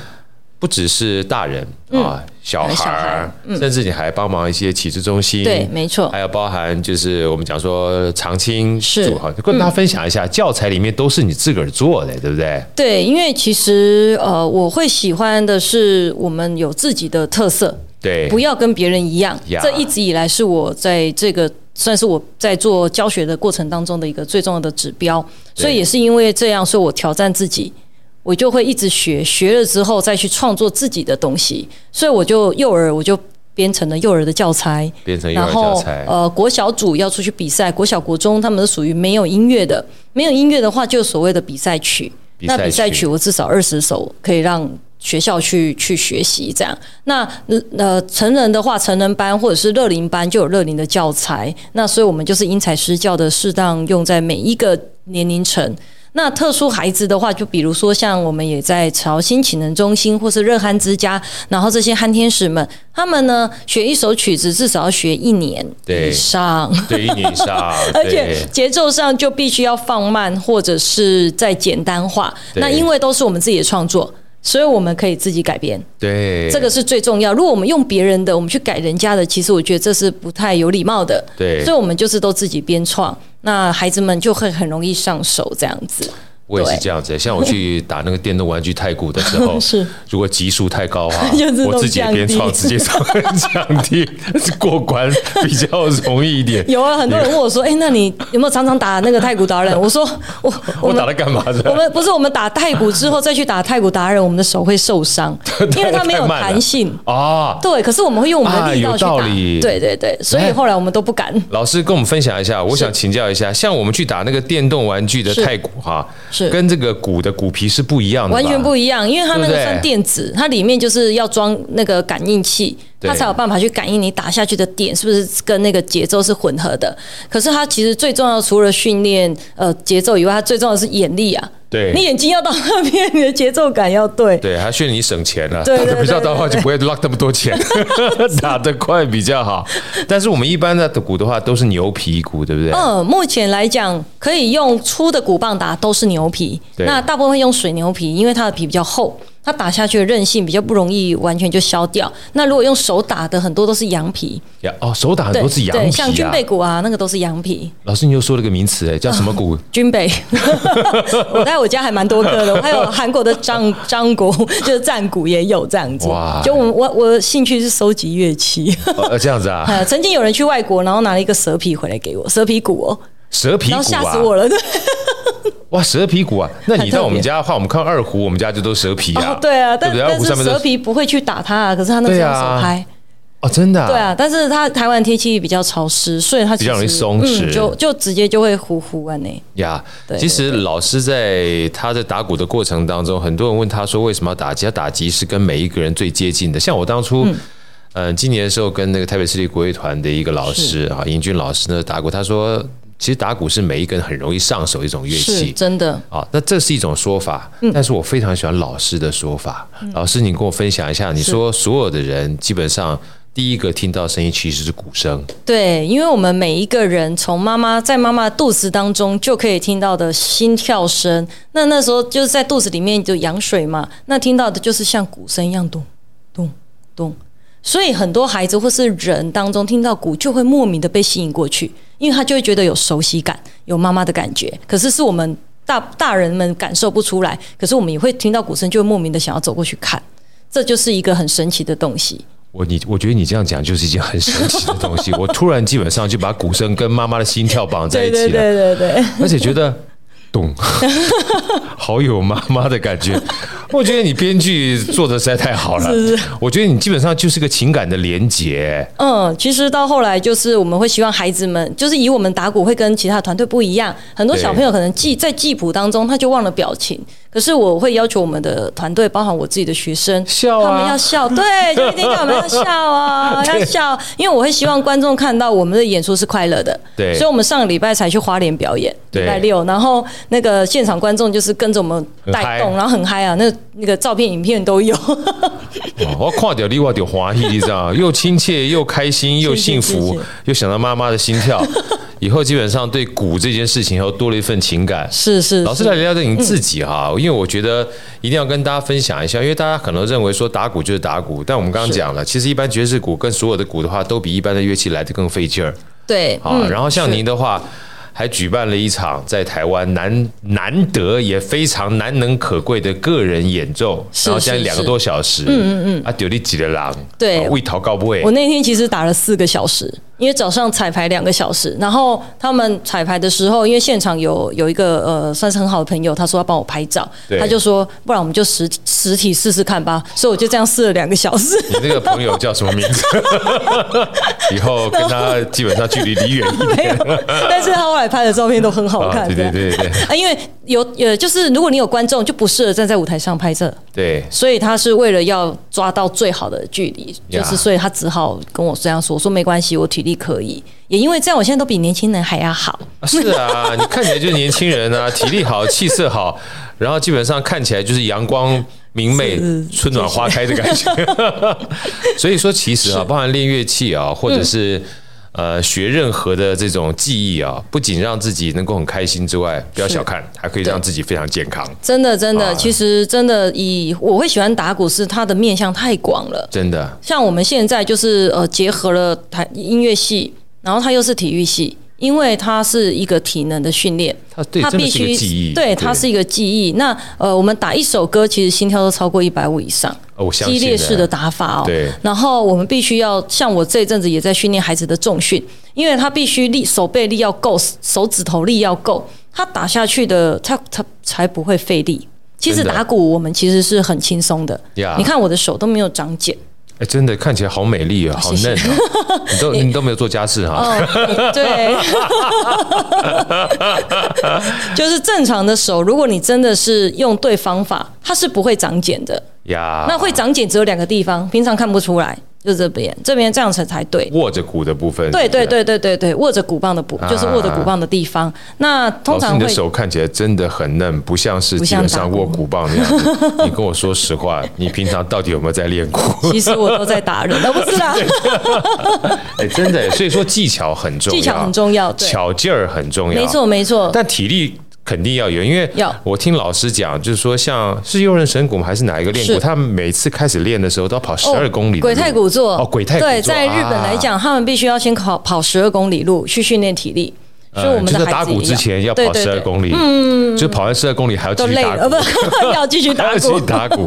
Speaker 2: 不只是大人啊，小孩
Speaker 3: 小孩
Speaker 2: 儿，甚至你还帮忙一些启智中心，
Speaker 3: 对没错
Speaker 2: 还有包含就是我们讲说长青
Speaker 3: 是
Speaker 2: 组哈，跟大家分享一下，教材里面都是你自个儿做的，对不对？
Speaker 3: 对，因为其实呃，我会喜欢的是我们有自己的特色，
Speaker 2: 对，
Speaker 3: 不要跟别人一样
Speaker 2: 呀。
Speaker 3: 这一直以来是我在这个算是我在做教学的过程当中的一个最重要的指标。
Speaker 2: 对
Speaker 3: 所以也是因为这样，所以我挑战自己，我就会一直学，学了之后再去创作自己的东西。所以我就幼儿我就编成了幼儿的教材，
Speaker 2: 变成幼
Speaker 3: 然
Speaker 2: 儿
Speaker 3: 后
Speaker 2: 教材，
Speaker 3: 呃，国小组要出去比赛，国小、国中他们是属于没有音乐的，没有音乐的话，就所谓的比赛曲。
Speaker 2: 比赛
Speaker 3: 那
Speaker 2: 曲
Speaker 3: 比赛曲我至少二十首可以让学校去去学习这样。那呃，成人的话，成人班或者是乐龄班就有乐龄的教材，那所以我们就是因材施教的，适当用在每一个年龄层。那特殊孩子的话，就比如说像我们也在朝新启能中心或是热憨之家，然后这些憨天使们，他们呢学一首曲子至少要学一年
Speaker 2: 对
Speaker 3: 以上，
Speaker 2: 对于你上，
Speaker 3: 而
Speaker 2: 对
Speaker 3: 且节奏上就必须要放慢或者是再简单化。
Speaker 2: 对
Speaker 3: 那因为都是我们自己的创作，所以我们可以自己改编，
Speaker 2: 对
Speaker 3: 这个是最重要。如果我们用别人的，我们去改人家的，其实我觉得这是不太有礼貌的。
Speaker 2: 对
Speaker 3: 所以我们就是都自己编创，那孩子们就会很容易上手这样子。
Speaker 2: 我也是这样子，像我去打那个电动玩具太鼓的时候，
Speaker 3: 是
Speaker 2: 如果级数太高啊
Speaker 3: 就，自动
Speaker 2: 我自己也边创
Speaker 3: 降低
Speaker 2: 直接上 降低过关比较容易一点。
Speaker 3: 有啊，很多人问我说：“哎、那你有没有常常打那个太鼓达人？”我说：“我
Speaker 2: 我
Speaker 3: 我们
Speaker 2: 打它干嘛的？，
Speaker 3: 我们不是我们打太鼓之后再去打太鼓达人，我们的手会受伤 因为它没有
Speaker 2: 太慢了
Speaker 3: 弹性。
Speaker 2: 啊，
Speaker 3: 对，可是我们会用我们的
Speaker 2: 啊
Speaker 3: 力道
Speaker 2: 有
Speaker 3: 去打。
Speaker 2: 道理
Speaker 3: 对对对，所以
Speaker 2: 哎
Speaker 3: 后来我们都不敢。
Speaker 2: 老师跟我们分享一下，我想请教一下，像我们去打那个电动玩具的太鼓哈，
Speaker 3: 是
Speaker 2: 跟这个鼓的鼓皮是不一样的吧，
Speaker 3: 完全不一样，因为它
Speaker 2: 对
Speaker 3: 那
Speaker 2: 不
Speaker 3: 个
Speaker 2: 对
Speaker 3: 算电子，它里面就是要装那个感应器，
Speaker 2: 对
Speaker 3: 它才有办法去感应你打下去的点是不是跟那个节奏是混合的。可是它其实最重要，除了训练呃节奏以外，它最重要的是眼力啊。
Speaker 2: 对
Speaker 3: 你眼睛要到那边，你的节奏感要对。
Speaker 2: 对，还训练你省钱了，
Speaker 3: 对对
Speaker 2: 打得比较
Speaker 3: 对
Speaker 2: 的话
Speaker 3: 对
Speaker 2: 就不会 lock 那么多钱， 打得快比较好。但是我们一般的鼓的话都是牛皮鼓，对不对？
Speaker 3: 嗯，目前来讲，可以用粗的鼓棒打都是牛皮，
Speaker 2: 对
Speaker 3: 那大部分用水牛皮，因为它的皮比较厚，它打下去的韧性比较不容易完全就消掉。那如果用手打的，很多都是羊皮，
Speaker 2: 呀，哦，手打很
Speaker 3: 对
Speaker 2: 多是羊
Speaker 3: 对，像
Speaker 2: 皮
Speaker 3: 军
Speaker 2: 啊。
Speaker 3: 备鼓啊，那个都是羊皮。
Speaker 2: 老师，你又说了个名词，哎，叫什么 鼓？
Speaker 3: 军备，我在我家还蛮多个的，我还有韩国的张张鼓，就是战鼓也有这样子
Speaker 2: 哇。
Speaker 3: 就我我我兴趣是收集乐器，
Speaker 2: 呃，这样子啊，
Speaker 3: 呃，曾经有人去外国，然后拿了一个蛇皮回来给我，蛇皮鼓哦，
Speaker 2: 蛇皮
Speaker 3: 然后
Speaker 2: 鼓
Speaker 3: 吓
Speaker 2: 啊
Speaker 3: 死，我了，对。
Speaker 2: 哇，蛇皮鼓啊！那你
Speaker 3: 很特
Speaker 2: 到我们
Speaker 3: 别
Speaker 2: 家的话，我们看二胡，我们家就都蛇皮啊
Speaker 3: 哦，，对啊，但
Speaker 2: 不对？二
Speaker 3: 但
Speaker 2: 胡
Speaker 3: 是
Speaker 2: 上面都
Speaker 3: 蛇皮不会去打它啊，可是它那个
Speaker 2: 对
Speaker 3: 是
Speaker 2: 啊
Speaker 3: 用手拍，
Speaker 2: 哦，真的，
Speaker 3: 对，啊，但是它台湾天气比较潮湿，所以它其
Speaker 2: 比
Speaker 3: 实
Speaker 2: 较容易松弛
Speaker 3: 嗯，就就直接就会糊糊啊呢。
Speaker 2: 呀
Speaker 3: 对
Speaker 2: 其实老师在他在打鼓的过程当中，很多人问他说为什么要打击？他打击是跟每一个人最接近的。像我当初，嗯、今年的时候跟那个台北市立国乐团的一个老师啊，尹俊老师呢打鼓，他说其实打鼓是每一个人很容易上手一种乐
Speaker 3: 是嗯
Speaker 2: 器。
Speaker 3: 真的，
Speaker 2: 啊，那这是一种说法，但是我非常喜欢老师的说法。
Speaker 3: 嗯
Speaker 2: 老师，你跟我分享一下，你说所有的人基本上第一个听到声音其实是鼓声，
Speaker 3: 对，因为我们每一个人从妈妈在妈妈肚子当中就可以听到的心跳声，那那时候就是在肚子里面就羊水嘛，那听到的就是像鼓声一样咚咚咚。所以很多孩子或是人当中听到鼓，就会莫名的被吸引过去，因为他就会觉得有熟悉感，有妈妈的感觉。可是是我们大大人们感受不出来，可是我们也会听到鼓声，就会莫名的想要走过去看，这就是一个很神奇的东西。
Speaker 2: 我你我觉得你这样讲就是一件很神奇的东 西。我突然基本上就把鼓声跟妈妈的心跳绑在一起了，
Speaker 3: 对对，
Speaker 2: 而且觉得 懂，好有妈妈的感觉。我觉得你编剧做的实在太好了，我觉得你基本上就是个情感的连结。
Speaker 3: 嗯，其实到后来就是我们会希望孩子们，就是以我们打鼓会跟其他团队不一样，很多
Speaker 2: 对
Speaker 3: 小朋友可能记在记谱当中他就忘了表情，可是我会要求我们的团队，包含我自己的学生，
Speaker 2: 笑啊
Speaker 3: 他们要笑，对，就一定要我们要笑啊，要笑，因为我会希望观众看到我们的演出是快乐的，
Speaker 2: 对
Speaker 3: 所以我们上个礼拜才去花莲表演，
Speaker 2: 对
Speaker 3: 礼拜六，然后那个现场观众就是跟着我们带动，
Speaker 2: 很嗨
Speaker 3: 然后很嗨啊，那那个照片、影片都有。
Speaker 2: 哦我跨掉另外就华裔，你知道吗？又亲切又开心又幸
Speaker 3: 谢谢
Speaker 2: 福
Speaker 3: 谢谢，
Speaker 2: 又想到妈妈的心跳。以后基本上对鼓这件事情又多了一份情感。
Speaker 3: 是是，
Speaker 2: 老师
Speaker 3: 是
Speaker 2: 来聊聊你自己哈，因为我觉得一定要跟大家分享一下，因为大家可能认为说打鼓就是打鼓，但我们刚刚讲了，其实一般爵士鼓跟所有的鼓的话，都比一般的乐器来的更费劲儿
Speaker 3: 对
Speaker 2: 啊。然后像您的话。还举办了一场在台湾难难得也非常难能可贵的个人演奏，
Speaker 3: 是
Speaker 2: 然后将近
Speaker 3: 是
Speaker 2: 两个多小时，嗯嗯嗯，啊，丢力几的狼，
Speaker 3: 对
Speaker 2: 啊为逃告不畏
Speaker 3: 我，那天其实打了四个小时，因为早上彩排两个小时，然后他们彩排的时候，因为现场有有一个呃算是很好的朋友，他说要帮我拍照
Speaker 2: 对，
Speaker 3: 他就说不然我们就实实体试试看吧，所以我就这样试了两个小时。
Speaker 2: 你那个朋友叫什么名字？以后跟他基本上距离离远一点。
Speaker 3: 没有，但是他后来拍的照片都很好看。
Speaker 2: 啊对对对对对
Speaker 3: 啊，因为有呃，就是如果你有观众，就不适合站在舞台上拍摄，
Speaker 2: 对，
Speaker 3: 所以他是为了要抓到最好的距离，就
Speaker 2: Yeah
Speaker 3: 是所以他只好跟我这样说，我说没关系，我体力可以，也因为这样，我现在都比年轻人还要好。
Speaker 2: 啊是啊，你看起来就是年轻人啊， 体力好，气色好，然后基本上看起来就是阳光明媚、春暖花开的感觉。 所以说，其实啊，包含练乐器啊，或者是、呃学任何的这种技艺啊，不仅让自己能够很开心之外，不要小看，还可以让自己非常健康。
Speaker 3: 真的，真的，
Speaker 2: 啊
Speaker 3: 其实真的以我会喜欢打鼓，是它的面向太广了。
Speaker 2: 真的，
Speaker 3: 像我们现在就是呃，结合了台音乐系，然后它又是体育系，因为它是一个体能的训练，
Speaker 2: 它对
Speaker 3: 它
Speaker 2: 真
Speaker 3: 必
Speaker 2: 的是一
Speaker 3: 须
Speaker 2: 个记忆，
Speaker 3: 对，它是一个记忆。那呃，我们打一首歌，其实心跳都超过一百五以上，
Speaker 2: 哦我相信
Speaker 3: 激烈
Speaker 2: 的
Speaker 3: 式的打法哦。
Speaker 2: 对
Speaker 3: 然后我们必须要像我这一阵子也在训练孩子的重训，因为他必须力手背力要够，手指头力要够，他打下去的他他才不会费力。其实
Speaker 2: 真的
Speaker 3: 打鼓我们其实是很轻松的
Speaker 2: Yeah
Speaker 3: 你看我的手都没有长茧，
Speaker 2: 哎，真的看起来好美丽啊，好
Speaker 3: 谢谢
Speaker 2: 嫩啊！你都你都没有做家事啊哈，
Speaker 3: 哦，对，就是正常的手，如果你真的是用对方法，它是不会长茧的。
Speaker 2: 呀，
Speaker 3: 那会长茧只有两个地方，平常看不出来，就这边，这边这样才才对。
Speaker 2: 握着鼓的部分，
Speaker 3: 对对
Speaker 2: 是不是啊
Speaker 3: 对对对对，握着鼓棒的鼓，就是握着鼓棒的地方。那通
Speaker 2: 老师，
Speaker 3: 常
Speaker 2: 你
Speaker 3: 会
Speaker 2: 的手看起来真的很嫩，不像是基本上握鼓棒那样子。你跟我说实话，你平常到底有没有在练 鼓？
Speaker 3: 其实我都在打人，我不知 道，
Speaker 2: 哎，真的，所以说技巧很重要，
Speaker 3: 技巧很重要，对，
Speaker 2: 巧劲儿很重要，
Speaker 3: 没错。没错。
Speaker 2: 但体力肯定要有，因为
Speaker 3: 要
Speaker 2: 我听老师讲，就是说像是右任神鼓吗还是哪一个练鼓，
Speaker 3: 是
Speaker 2: 他每次开始练的时候都要跑十
Speaker 3: 哦
Speaker 2: 二公里的路。
Speaker 3: 鬼太鼓座
Speaker 2: 哦，鬼太鼓座
Speaker 3: 对，在日本来，
Speaker 2: 啊
Speaker 3: 讲，他们必须要先跑跑十二公里路去训练体力，所以我
Speaker 2: 呃
Speaker 3: 们
Speaker 2: 就
Speaker 3: 的
Speaker 2: 是
Speaker 3: 孩
Speaker 2: 打
Speaker 3: 子也
Speaker 2: 鼓之前要
Speaker 3: 对
Speaker 2: 跑
Speaker 3: 对
Speaker 2: 十二
Speaker 3: 对
Speaker 2: 公里，嗯，就跑完十二公里还要继
Speaker 3: 都
Speaker 2: 续
Speaker 3: 累
Speaker 2: 打
Speaker 3: 了，
Speaker 2: 鼓
Speaker 3: 不。 要继续打
Speaker 2: 还要
Speaker 3: 鼓
Speaker 2: 去。打 鼓，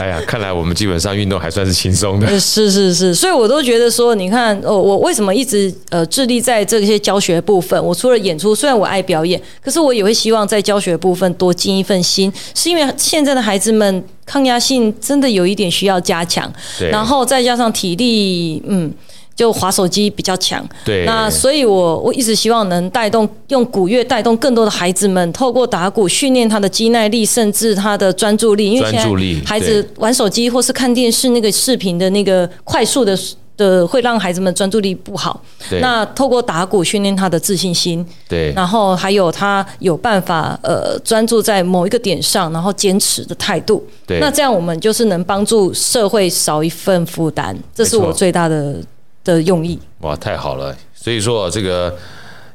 Speaker 2: 哎呀，看来我们基本上运动还算是轻松的。
Speaker 3: 呃是是是，所以我都觉得说，你看，哦，我为什么一直呃致力在这些教学部分？我除了演出，虽然我爱表演，可是我也会希望在教学部分多尽一份心，是因为现在的孩子们抗压性真的有一点需要加强
Speaker 2: 对，
Speaker 3: 然后再加上体力，嗯。就滑手机比较强，
Speaker 2: 对
Speaker 3: 那所以我我一直希望能带动用鼓乐带动更多的孩子们，透过打鼓训练他的肌耐力，甚至他的专注力，因为现
Speaker 2: 专注力
Speaker 3: 在孩子
Speaker 2: 对
Speaker 3: 玩手机或是看电视那个视频的那个快速的的，会让孩子们专注力不好。
Speaker 2: 对
Speaker 3: 那透过打鼓训练他的自信心，
Speaker 2: 对，
Speaker 3: 然后还有他有办法呃专注在某一个点上，然后坚持的态度。
Speaker 2: 对
Speaker 3: 那这样我们就是能帮助社会少一份负担，这是
Speaker 2: 没错
Speaker 3: 我最大的的用意。
Speaker 2: 哇，太好了！所以说这个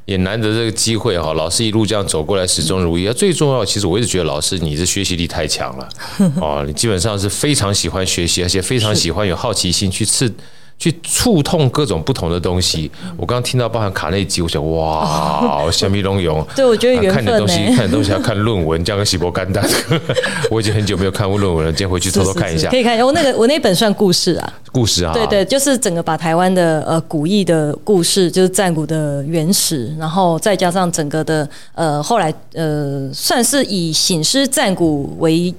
Speaker 2: 也难得这个机会哈，老师一路这样走过来始终如一。啊最重要，其实我一直觉得老师你这学习力太 强了哦，你基本上是非常喜欢学习，而且非常喜欢有好奇心去刺去触痛各种不同的东西。
Speaker 3: 嗯
Speaker 2: 我刚刚听到包含卡内基，我想 哇，虾米龙泳，
Speaker 3: 对我觉得
Speaker 2: 啊
Speaker 3: 缘
Speaker 2: 看
Speaker 3: 分
Speaker 2: 的 东西
Speaker 3: 呢
Speaker 2: 看的东西要看论文，这样跟喜博干蛋。 我已经很久没有看过论文了，今天回去偷偷
Speaker 3: 是是
Speaker 2: 看一
Speaker 3: 是
Speaker 2: 下
Speaker 3: 可以看一下。哦我那个我那本算故事啊，
Speaker 2: 故事啊。
Speaker 3: 对对，就是整个把台湾的呃古意的故事，就是战鼓的呃原始，然后再加上整个的呃后来呃算是以醒狮战鼓为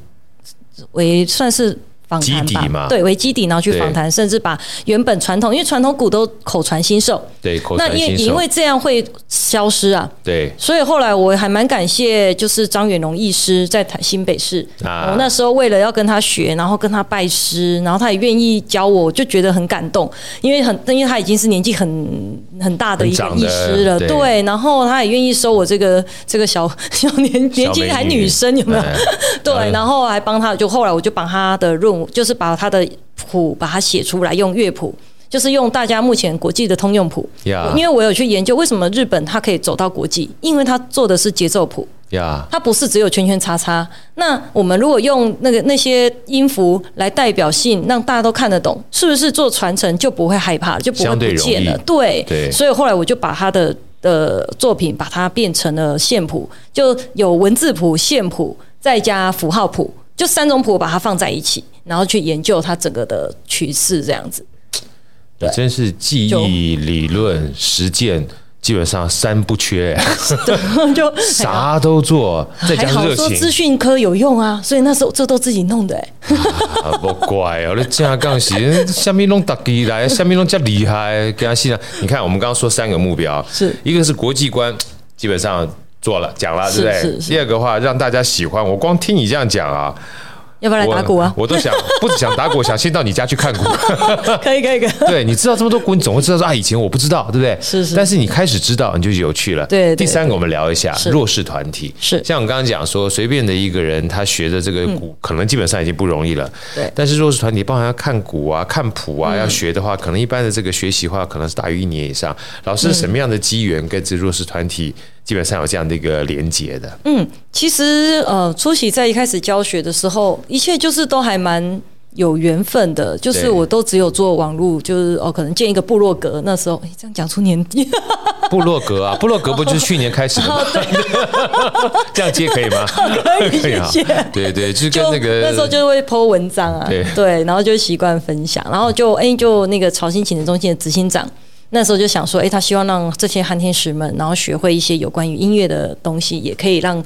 Speaker 3: 为算是。访谈
Speaker 2: 基
Speaker 3: 吧
Speaker 2: 底嘛
Speaker 3: 对，为基底，然后去
Speaker 2: 对
Speaker 3: 访谈，甚至把原本传统，因为传统鼓都口传心授，
Speaker 2: 对，口
Speaker 3: 那
Speaker 2: 传
Speaker 3: 因为
Speaker 2: 心
Speaker 3: 因
Speaker 2: 授。
Speaker 3: 为这样会消失啊，
Speaker 2: 对，
Speaker 3: 所以后来我还蛮感谢，就是张远龙医师在台新北市，哦
Speaker 2: 啊
Speaker 3: 我那时候为了要跟他学，然后跟他拜师，然后他也愿意教我，我就觉得很感动，因为很因为他已经是年纪很很大的一个
Speaker 2: 很长的
Speaker 3: 医师了，
Speaker 2: 对
Speaker 3: 对，然后他也愿意收我这个这个小 小年年轻
Speaker 2: 美
Speaker 3: 还
Speaker 2: 女
Speaker 3: 女生有没有？
Speaker 2: 哎
Speaker 3: 对
Speaker 2: 嗯，
Speaker 3: 然后还帮他，就后来我就把他的论，就是把他的谱把它写出来，用乐谱。就是用大家目前国际的通用谱
Speaker 2: 呀
Speaker 3: 因为我有去研究为什么日本它可以走到国际，因为它做的是节奏谱，
Speaker 2: 呀，
Speaker 3: 它不是只有圈圈叉叉。那我们如果用那个那些音符来代表性，让大家都看得懂，是不是做传承就不会害怕，就不会
Speaker 2: 相对
Speaker 3: 不见了
Speaker 2: 容易？
Speaker 3: 对，
Speaker 2: 对
Speaker 3: 所以后来我就把他的的作品把它变成了线谱，就有文字谱、线谱，再加符号谱，就三种谱把它放在一起，然后去研究它整个的曲式这样 子。
Speaker 2: 你真是记
Speaker 3: 就
Speaker 2: 忆、理论、实践，基本上三不 缺，
Speaker 3: 就
Speaker 2: 啥都做，再
Speaker 3: 还
Speaker 2: 加上
Speaker 3: 好
Speaker 2: 热
Speaker 3: 说资
Speaker 2: 情。
Speaker 3: 讯科有用啊，所以那时候这都自己弄的、欸，
Speaker 2: 啊，不怪哦，你这样讲是， 下面弄打起来，下面弄这么厉害，给他信啊！你看，我们刚刚说三个目标，
Speaker 3: 是
Speaker 2: 一个是国际观，基本上做了讲了，对
Speaker 3: 是
Speaker 2: 不对？
Speaker 3: 是是
Speaker 2: 第二个话让大家喜欢，我光听你这样讲啊，
Speaker 3: 要不要来打鼓啊？
Speaker 2: 我我都想不只想打鼓，想先到你家去看鼓。
Speaker 3: 可以可以可以。
Speaker 2: 对，你知道这么多股，你总会知道说啊，以前我不知道，对不对？
Speaker 3: 是是
Speaker 2: 但是你开始知道，你就有趣了。
Speaker 3: 对对
Speaker 2: 第三个，我们聊一下弱势团体。
Speaker 3: 是嗯
Speaker 2: 像我刚刚讲说，随便的一个人，他学的这个鼓，可能基本上已经不容易了。
Speaker 3: 对嗯
Speaker 2: 但是弱势团体，包含要看鼓啊、看谱啊，要学的话，可能一般的这个学习的话，可能是大于一年以上。老
Speaker 3: 嗯
Speaker 2: 师是什么样的机缘跟这弱势团体基本上有这样的一个连结 的？
Speaker 3: 嗯，其实呃，初期在一开始教学的时候，一切就是都还蛮。有缘分的，就是
Speaker 2: 对
Speaker 3: 我都只有做网络，就是哦，可能建一个部落格。那时候，诶哎这样讲出年纪，
Speaker 2: 部落格啊，部落格不就是去年开始的吗？ 这样接可以吗？
Speaker 3: 哦可以
Speaker 2: 可以
Speaker 3: 谢
Speaker 2: 啊
Speaker 3: 谢。，
Speaker 2: 对对，就是
Speaker 3: 就
Speaker 2: 跟那 个
Speaker 3: 时候就会 Po 文章啊，
Speaker 2: 对
Speaker 3: 然后就习惯分享，然后就哎、就那个潮新情人中心的执行长。那时候就想说，哎、他希望让这些汉天使们，然后学会一些有关于音乐的东西，也可以让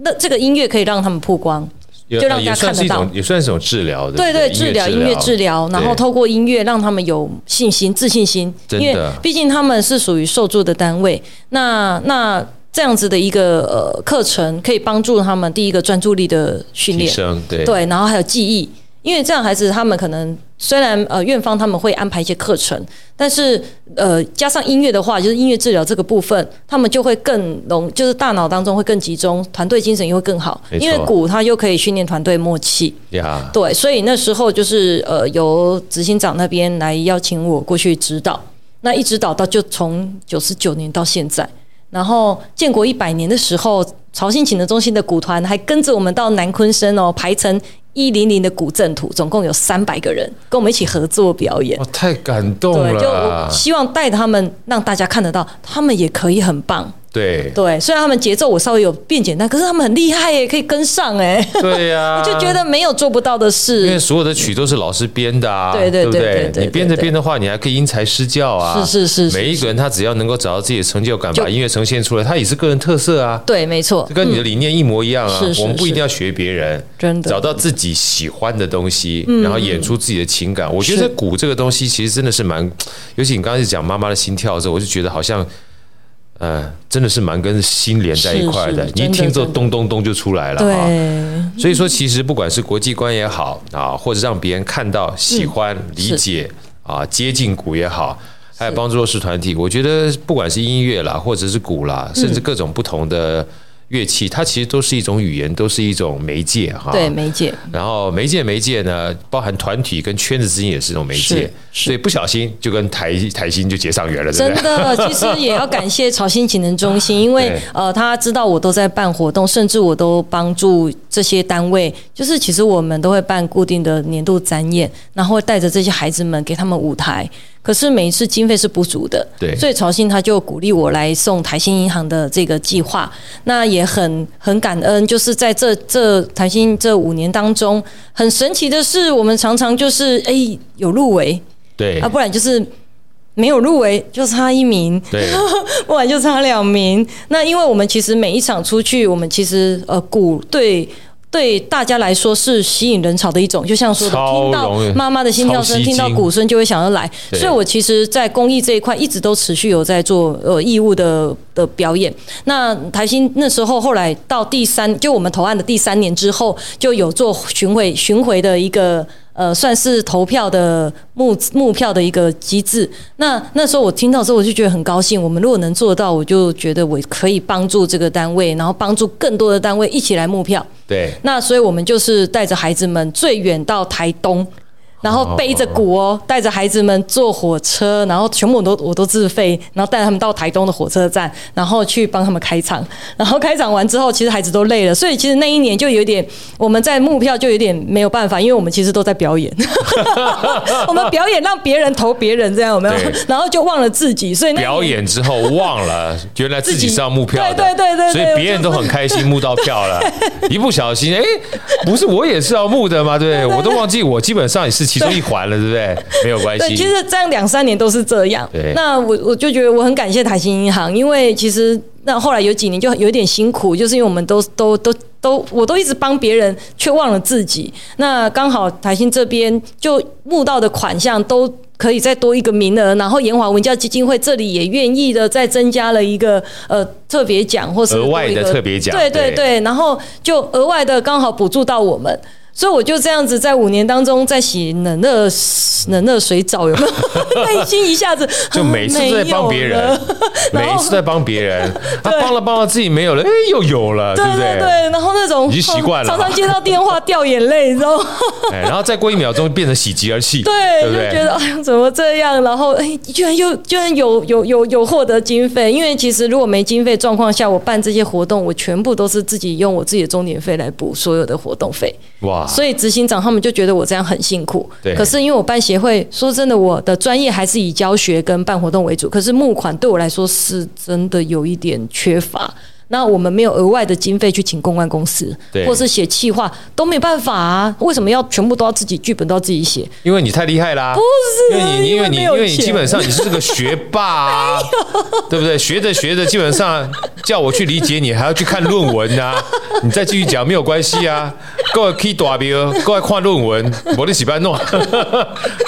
Speaker 3: 那这个音乐可以让他们曝光。
Speaker 2: 也
Speaker 3: 就让
Speaker 2: 呃也
Speaker 3: 大家
Speaker 2: 算
Speaker 3: 看
Speaker 2: 是
Speaker 3: 得
Speaker 2: 一种
Speaker 3: 到，
Speaker 2: 也算是一种治疗的，
Speaker 3: 对
Speaker 2: 对
Speaker 3: 对，
Speaker 2: 不
Speaker 3: 治
Speaker 2: 对，
Speaker 3: 疗音乐治疗，然后
Speaker 2: 对
Speaker 3: 透过音乐让他们有信心、自信心，
Speaker 2: 真的
Speaker 3: 因为毕竟他们是属于受助的单位，那那。这样子的一个呃课程，可以帮助他们第一个专注力的训
Speaker 2: 提
Speaker 3: 练，
Speaker 2: 升，对
Speaker 3: 对，然后还有记忆，因为这样孩子他们可能虽然呃院方他们会安排一些课程，但是呃加上音乐的话，就是音乐治疗这个部分，他们就会更容，就是大脑当中会更集中，团队精神也会更好，
Speaker 2: 没
Speaker 3: 因为
Speaker 2: 错
Speaker 3: 鼓它又可以训练团队默契。
Speaker 2: 呀，
Speaker 3: 对，所以那时候就是呃，由执行长那边来邀请我过去指导，那一指导到就从九十九年到现在，然后建国一百年的时候，潮信琴的中心的鼓团还跟着我们到南昆山哦，排成哦一零零的古镇图，总共有三百个人跟我们一起合作表演
Speaker 2: 哇。，太感动
Speaker 3: 对，就我
Speaker 2: 了，
Speaker 3: 希望带他们，让大家看得到，他们也可以很棒。
Speaker 2: 对
Speaker 3: 对，虽然他们节奏我稍微有变简单，可是他们很厉害耶，可以跟上哎，
Speaker 2: 对呀，
Speaker 3: 就觉。得没有做不到的事。
Speaker 2: 因为所有的曲都是老师编的啊，
Speaker 3: 对对
Speaker 2: 不
Speaker 3: 对对对对
Speaker 2: 你编着编的话，你还可以因材施教啊。
Speaker 3: 是是是是
Speaker 2: 每一个人他只要能够找到自己的成就感，把音乐呈现出来，他也是个人特色啊，
Speaker 3: 对，没错
Speaker 2: 这，跟你的理念一模一样啊。
Speaker 3: 嗯是是
Speaker 2: 我们不一定要学别人，
Speaker 3: 真的嗯
Speaker 2: 找到自己喜欢的东西，然后演出自己的情感。我觉得
Speaker 3: 是
Speaker 2: 鼓这个东西其实真的是蛮，尤其你刚开始讲妈妈的心跳的时候，我就觉得好像。呃，真的是蛮跟心连在一块的，
Speaker 3: 是是
Speaker 2: 你一听之后
Speaker 3: 真的
Speaker 2: 咚咚咚就出来了啊！
Speaker 3: 对，
Speaker 2: 所以说，其实不管是国际观也好啊，或者让别人看到、喜欢、理解啊，接近鼓也好，还有
Speaker 3: 嗯
Speaker 2: 帮助弱势团体，我觉得不管是音乐啦，或者是鼓啦，甚至各种不同的。乐器，它其实都是一种语言，都是一种媒介哈。
Speaker 3: 对，媒介
Speaker 2: 然后媒介媒介呢，包含团体跟圈子之间也是一种媒介，
Speaker 3: 是是
Speaker 2: 所以不小心就跟台台新就结上缘了，对
Speaker 3: 真
Speaker 2: 不对？
Speaker 3: 的，其实也要感谢潮新潜能 中心，因为
Speaker 2: 对
Speaker 3: 呃，他知道我都在办活动，甚至我都帮助这些单位，就是其实我们都会办固定的年度展演，然后带着这些孩子们给他们舞台。可是每一次经费是不足的，
Speaker 2: 对
Speaker 3: 所以潮信他就鼓励我来送台新银行的这个计划，那也很很感恩，就是在这这台新这五年当中，很神奇的是，我们常常就是哎、有入围，
Speaker 2: 对
Speaker 3: 啊，不然就是没有入围，就差一名，
Speaker 2: 对，
Speaker 3: 不然就差两名。那因为我们其实每一场出去，我们其实呃鼓对。对大家来说是吸引人潮的一种，就像说的，
Speaker 2: 超
Speaker 3: 听到
Speaker 2: 容易
Speaker 3: 妈妈的心跳
Speaker 2: 超
Speaker 3: 声，
Speaker 2: 吸睛
Speaker 3: 听到鼓声就会想要来。
Speaker 2: 对
Speaker 3: 所以我其实，在公益这一块一直都持续有在做呃义务的的表演。那台新那时候后来到第三，就我们投案的第三年之后，就有做巡回巡回的一个。呃，算是投票的募募票的一个机制。那那时候我听到之后，我就觉得很高兴。我们如果能做到，我就觉得我可以帮助这个单位，然后帮助更多的单位一起来募票。
Speaker 2: 对，
Speaker 3: 那所以我们就是带着孩子们最远到台东。然后背着鼓哦，带着孩子们坐火车，然后全部我都我都自费，然后带他们到台东的火车站，然后去帮他们开场。然后开场完之后，其实孩子都累了，所以其实那一年就有点我们在目票就有点没有办法，因为我们其实都在 表演，我们表演让别人投别人这样有没有
Speaker 2: 对？
Speaker 3: 然后就忘了自己，所以那一年
Speaker 2: 表演之后忘了，原来自己是要募票的，
Speaker 3: 对对对对对
Speaker 2: 所以别人都很开心募到票了， 一不小心，哎，不是我也是要募的吗？对不对，我都忘记我基本上也是其中一环了，对不对？没有关
Speaker 3: 对，其
Speaker 2: 系，
Speaker 3: 实这样两三年都是这样
Speaker 2: 对。
Speaker 3: 那我我就觉得我很感谢台新银行，因为其实那后来有几年就有点辛苦，就是因为我们都都都都我都一直帮别人，却忘了自己。那刚好台新这边就募到的款项都。可以再多一个名额，然后研华文教基金会这里也愿意的再增加了一个呃特别奖或是
Speaker 2: 额外的
Speaker 3: 多一个
Speaker 2: 特别奖
Speaker 3: 对对
Speaker 2: 对
Speaker 3: 对，然后就额外的刚好补助到我们，所以我就这样子在五年当中在洗冷热冷热水澡，有没 有？内心一下子
Speaker 2: 就每次都在帮别人
Speaker 3: 没有了然
Speaker 2: 每
Speaker 3: 后
Speaker 2: 一次在帮别人，他
Speaker 3: 对
Speaker 2: 帮了帮了自己没有了，哎，又有了，
Speaker 3: 对
Speaker 2: 不
Speaker 3: 对对，然后那种
Speaker 2: 已经习惯了
Speaker 3: 常常接到电话掉眼泪，你知道 吗？
Speaker 2: 哎，然后再过一秒钟变成喜极而泣，
Speaker 3: 对，
Speaker 2: 对不
Speaker 3: 就觉
Speaker 2: 对？
Speaker 3: 得哎呀怎么这样？然后哎，居然又居然有有有有获得经费，因为其实如果没经费状况下，我办这些活动，我全部都是自己用我自己的钟点费来补所有的活动费。
Speaker 2: 哇，
Speaker 3: 所以执行长他们就觉得我这样很辛苦。
Speaker 2: 对
Speaker 3: 可是因为我办协会，说真的，我的专业还是以教学跟办活动为主，可是募款对我来说是真的有一点缺乏。那我们没有额外的经费去请公关公司
Speaker 2: 对，
Speaker 3: 或是写企划都没办法啊。为什么要全部都要自己剧本都要自己写？
Speaker 2: 因为你太厉害啦，不
Speaker 3: 是啊
Speaker 2: 因为你因为你
Speaker 3: 因为没
Speaker 2: 因
Speaker 3: 有
Speaker 2: 为你基
Speaker 3: 钱
Speaker 2: 本上你是个学霸、啊，对不对？学着学着，基本上叫我去理解你，还要去看论文啊。你再继续讲没有关系啊，各位 K 大标，各位看论文，我的几班弄。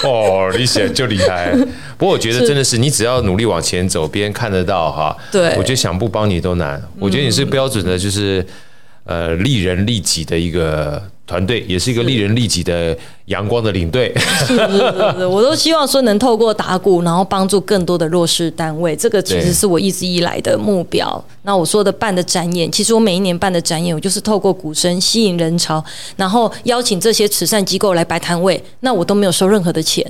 Speaker 2: 哦，你显就厉害。不过我觉得真的是，你只要努力往前走，别人看得到哈。
Speaker 3: 对
Speaker 2: 我觉得想不帮你都难。我觉得你是标准的，就是呃利人利己的一个团队，也是一个利人利己的阳光的领队。
Speaker 3: 我都希望说能透过打鼓，然后帮助更多的弱势单位，这个其
Speaker 2: 对
Speaker 3: 实是我一直以来的目标。那我说的办的展演，其实我每一年办的展演，我就是透过鼓声吸引人潮，然后邀请这些慈善机构来摆摊位，那我都没有收任何的钱。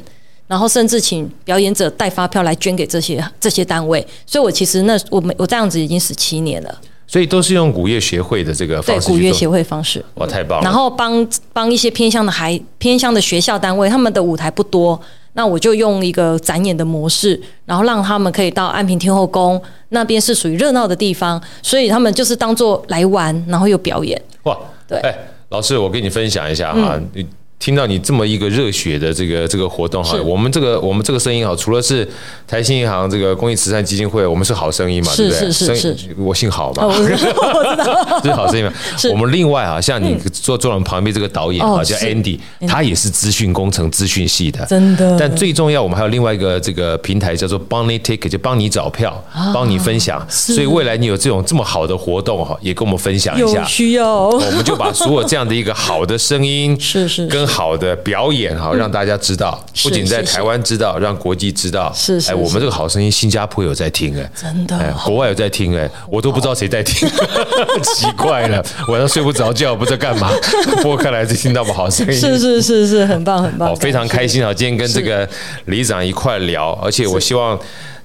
Speaker 3: 然后甚至请表演者带发票来捐给这些这些单位，所以我其实那我们我这样子已经十七年了，
Speaker 2: 所以都是用古乐协会的这个
Speaker 3: 对
Speaker 2: 方式
Speaker 3: 古
Speaker 2: 去
Speaker 3: 乐
Speaker 2: 做
Speaker 3: 协会方式。
Speaker 2: 哇，太棒了！
Speaker 3: 然后帮帮一些偏向的孩偏向的学校单位，他们的舞台不多，那我就用一个展演的模式，然后让他们可以到安平天后宫那边是属于热闹的地方，所以他们就是当做来玩，然后又表 演。
Speaker 2: 哇，
Speaker 3: 对嗯
Speaker 2: 哎，老师，我跟你分享一下哈、你听到你这么一个热血的这个这个活动哈
Speaker 3: 是，
Speaker 2: 我们这个我们这个声音哈，除了是台新银行这个公益慈善基金会，我们是好声音嘛，
Speaker 3: 是
Speaker 2: 对不对？
Speaker 3: 是是
Speaker 2: 声我姓郝嘛。
Speaker 3: 哦，我知道，我知 道，
Speaker 2: 这是好声音嘛？
Speaker 3: 是嗯
Speaker 2: 我们另外啊，像你坐坐我们旁边这个导演啊，
Speaker 3: 哦
Speaker 2: 叫
Speaker 3: 是
Speaker 2: Andy，他也是资讯工程、资讯系的，
Speaker 3: 真的
Speaker 2: 但最重要，我们还有另外一个这个平台叫做帮你 Ticket，就帮你找票，
Speaker 3: 啊
Speaker 2: 帮你分享。所以未来你有这种这么好的活动哈，也跟我们分享一
Speaker 3: 有
Speaker 2: 下。
Speaker 3: 需要。
Speaker 2: 我们就把所有这样的一个好的声音，
Speaker 3: 是是是嗯
Speaker 2: 跟
Speaker 1: 更好的表演哈，让大家知道，
Speaker 3: 是
Speaker 1: 不仅在
Speaker 3: 是是
Speaker 1: 台湾知道，让国际知道。
Speaker 3: 是是
Speaker 1: 哎，我
Speaker 3: 是
Speaker 1: 们这个好声音，新加坡有在听哎，
Speaker 3: 真的
Speaker 1: 哎，国外有在听哎，我都不知道谁在听，
Speaker 3: 哦
Speaker 1: 奇怪了，晚上睡不着觉，不知道干嘛， 播开来就听到我们好声音。
Speaker 3: 是是是是，很棒很棒，
Speaker 2: 好，非常开心啊！今天跟这个里长一块聊，而且我希望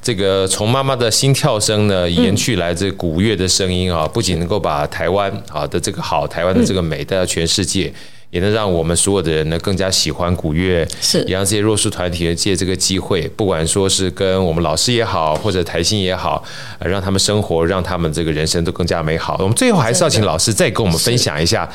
Speaker 2: 这个从妈妈的心跳声呢，延续来自古乐的声音啊，不仅能够把台湾啊的这个好，台湾的这个美带到全世界。也能让我们所有的人呢更加喜欢古乐，
Speaker 3: 是
Speaker 2: 也让这些弱势团体呢借这个机会，不管说是跟我们老师也好，或者台新也好，呃让他们生活，让他们这个人生都更加美好。我们最后还是要请老师再跟我们分享一下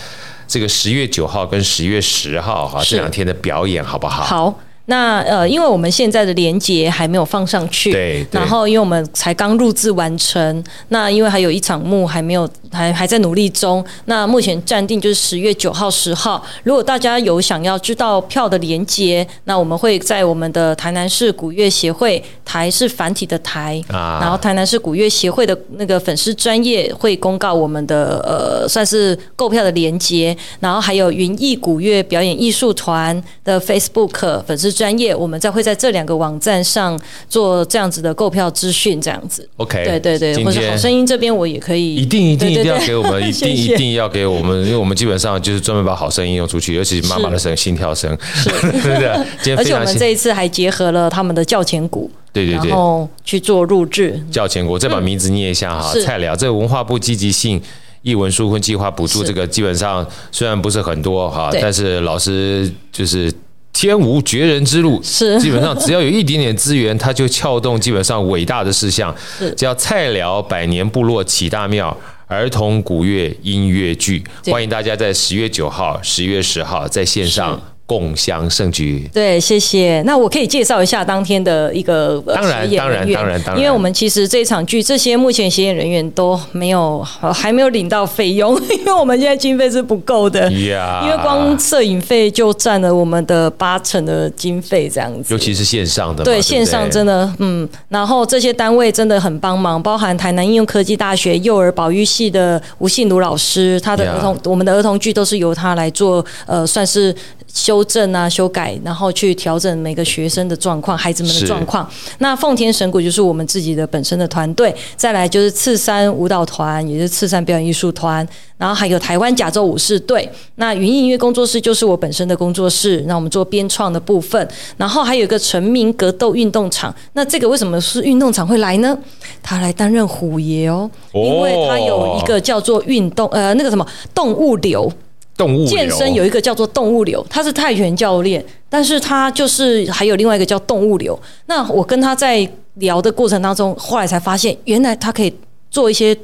Speaker 2: 这个十月九号跟十月十号哈、这
Speaker 3: 是
Speaker 2: 两天的表演，好不好？
Speaker 3: 好。那呃，因为我们现在的连接还没有放上去，
Speaker 2: 对对
Speaker 3: 然后因为我们才刚录制完成，那因为还有一场幕还没有，还还在努力中。那目前暂定就是十月九号、十号。如果大家有想要知道票的连接，那我们会在我们的台南市古乐协会台是繁体的台，
Speaker 2: 啊
Speaker 3: 然后台南市古乐协会的那个粉丝专业会公告我们的呃算是购票的连接，然后还有云艺古乐表演艺术团的 Facebook 粉丝专业，我们再会在这两个网站上做这样子的购票资讯，这样子。
Speaker 2: OK，
Speaker 3: 对对对，
Speaker 2: 今
Speaker 3: 或者好
Speaker 2: 天
Speaker 3: 声音这边我也可以，
Speaker 2: 一定一定一
Speaker 3: 对对
Speaker 2: 定要
Speaker 3: 对
Speaker 2: 给我 们，一定
Speaker 3: 谢
Speaker 2: 一
Speaker 3: 谢
Speaker 2: 定要给我们，因为我们基本上就是专门把好声音用出去，尤其是妈妈的声、心跳声， 对不对？今天非
Speaker 3: 而且我
Speaker 2: 常
Speaker 3: 们
Speaker 2: 谢，
Speaker 3: 这一次还结合了他们的教前鼓，
Speaker 2: 对对对
Speaker 3: 然，后去做录制，
Speaker 2: 叫全国，再把名字念一下哈
Speaker 3: 嗯，是
Speaker 2: 菜鸟，这个文化部积极性。译文纾困计划补助
Speaker 3: 是
Speaker 2: 这个基本上虽然不是很多哈，
Speaker 3: 对
Speaker 2: 但是老师就是天无绝人之路，
Speaker 3: 是
Speaker 2: 基本上只要有一点点资源，他就撬动基本上伟大的事项
Speaker 3: 是，
Speaker 2: 叫菜寮百年部落起大庙。儿童古乐音乐剧，
Speaker 3: 对
Speaker 2: 欢迎大家在十月九号、十月十号在线上
Speaker 3: 是
Speaker 2: 共襄盛举。
Speaker 3: 对，谢谢。那我可以介绍一下当天的一个呃
Speaker 2: 当然
Speaker 3: 协演人
Speaker 2: 当然
Speaker 3: 员
Speaker 2: 当然当然
Speaker 3: 因为我们其实这场剧这些目前协演人员都没有呃还没有领到费用， 因为我们现在经费是不够的。
Speaker 2: 呀
Speaker 3: 因为光摄影费就占了我们的八成的经费，这样子。
Speaker 2: 尤其是线上的嘛，
Speaker 3: 对，线上真
Speaker 2: 的
Speaker 3: 的，嗯，然后这些单位真的很帮忙，包含台南应用科技大学幼儿保育系的吴信如老师，他的
Speaker 2: Yeah
Speaker 3: 儿童我们的儿童剧都是由他来做，呃，算是修正啊、修改，然后去调整每个学生的状况、孩子们
Speaker 2: 是
Speaker 3: 的状况。那奉天神谷就是我们自己的本身的团队，再来就是赤山舞蹈团，也就是赤山表演艺术团，然后还有台湾甲州舞狮队。那云音乐工作室就是我本身的工作室，那我们做编创的部分，然后还有一个成名格斗运动场。那这个为什么是运动场会来呢？他来担任虎爷哦，
Speaker 2: 哦
Speaker 3: 因为他有一个叫做运动呃那个什么动物流。
Speaker 2: 动物
Speaker 3: 健身有一个叫做动物流，他是泰拳教练，但是他就是还有另外一个叫动物流。那我跟他在聊的过程当中，后来才发现，原来他可以做一些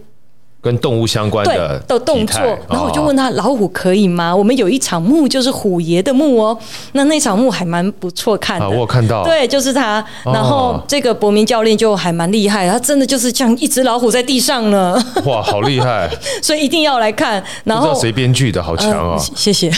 Speaker 2: 跟动物相关
Speaker 3: 对
Speaker 2: 的
Speaker 3: 的动
Speaker 2: 体
Speaker 3: 作
Speaker 2: 态，
Speaker 3: 然后我就
Speaker 2: 哦
Speaker 3: 问他、老虎可以吗？我们有一场幕就是虎爷的幕哦，那那场幕还蛮不错看的。
Speaker 2: 啊，我有看到，
Speaker 3: 对，就是他。
Speaker 2: 哦
Speaker 3: 然后这个伯明教练就还蛮厉害，他真的就是像一只老虎在地上呢，
Speaker 2: 哇，好厉害！
Speaker 3: 所以一定要来看。 然
Speaker 2: 不知道
Speaker 3: 后
Speaker 2: 谁编剧的，好强
Speaker 3: 嗯
Speaker 2: 哦！
Speaker 3: 谢 谢，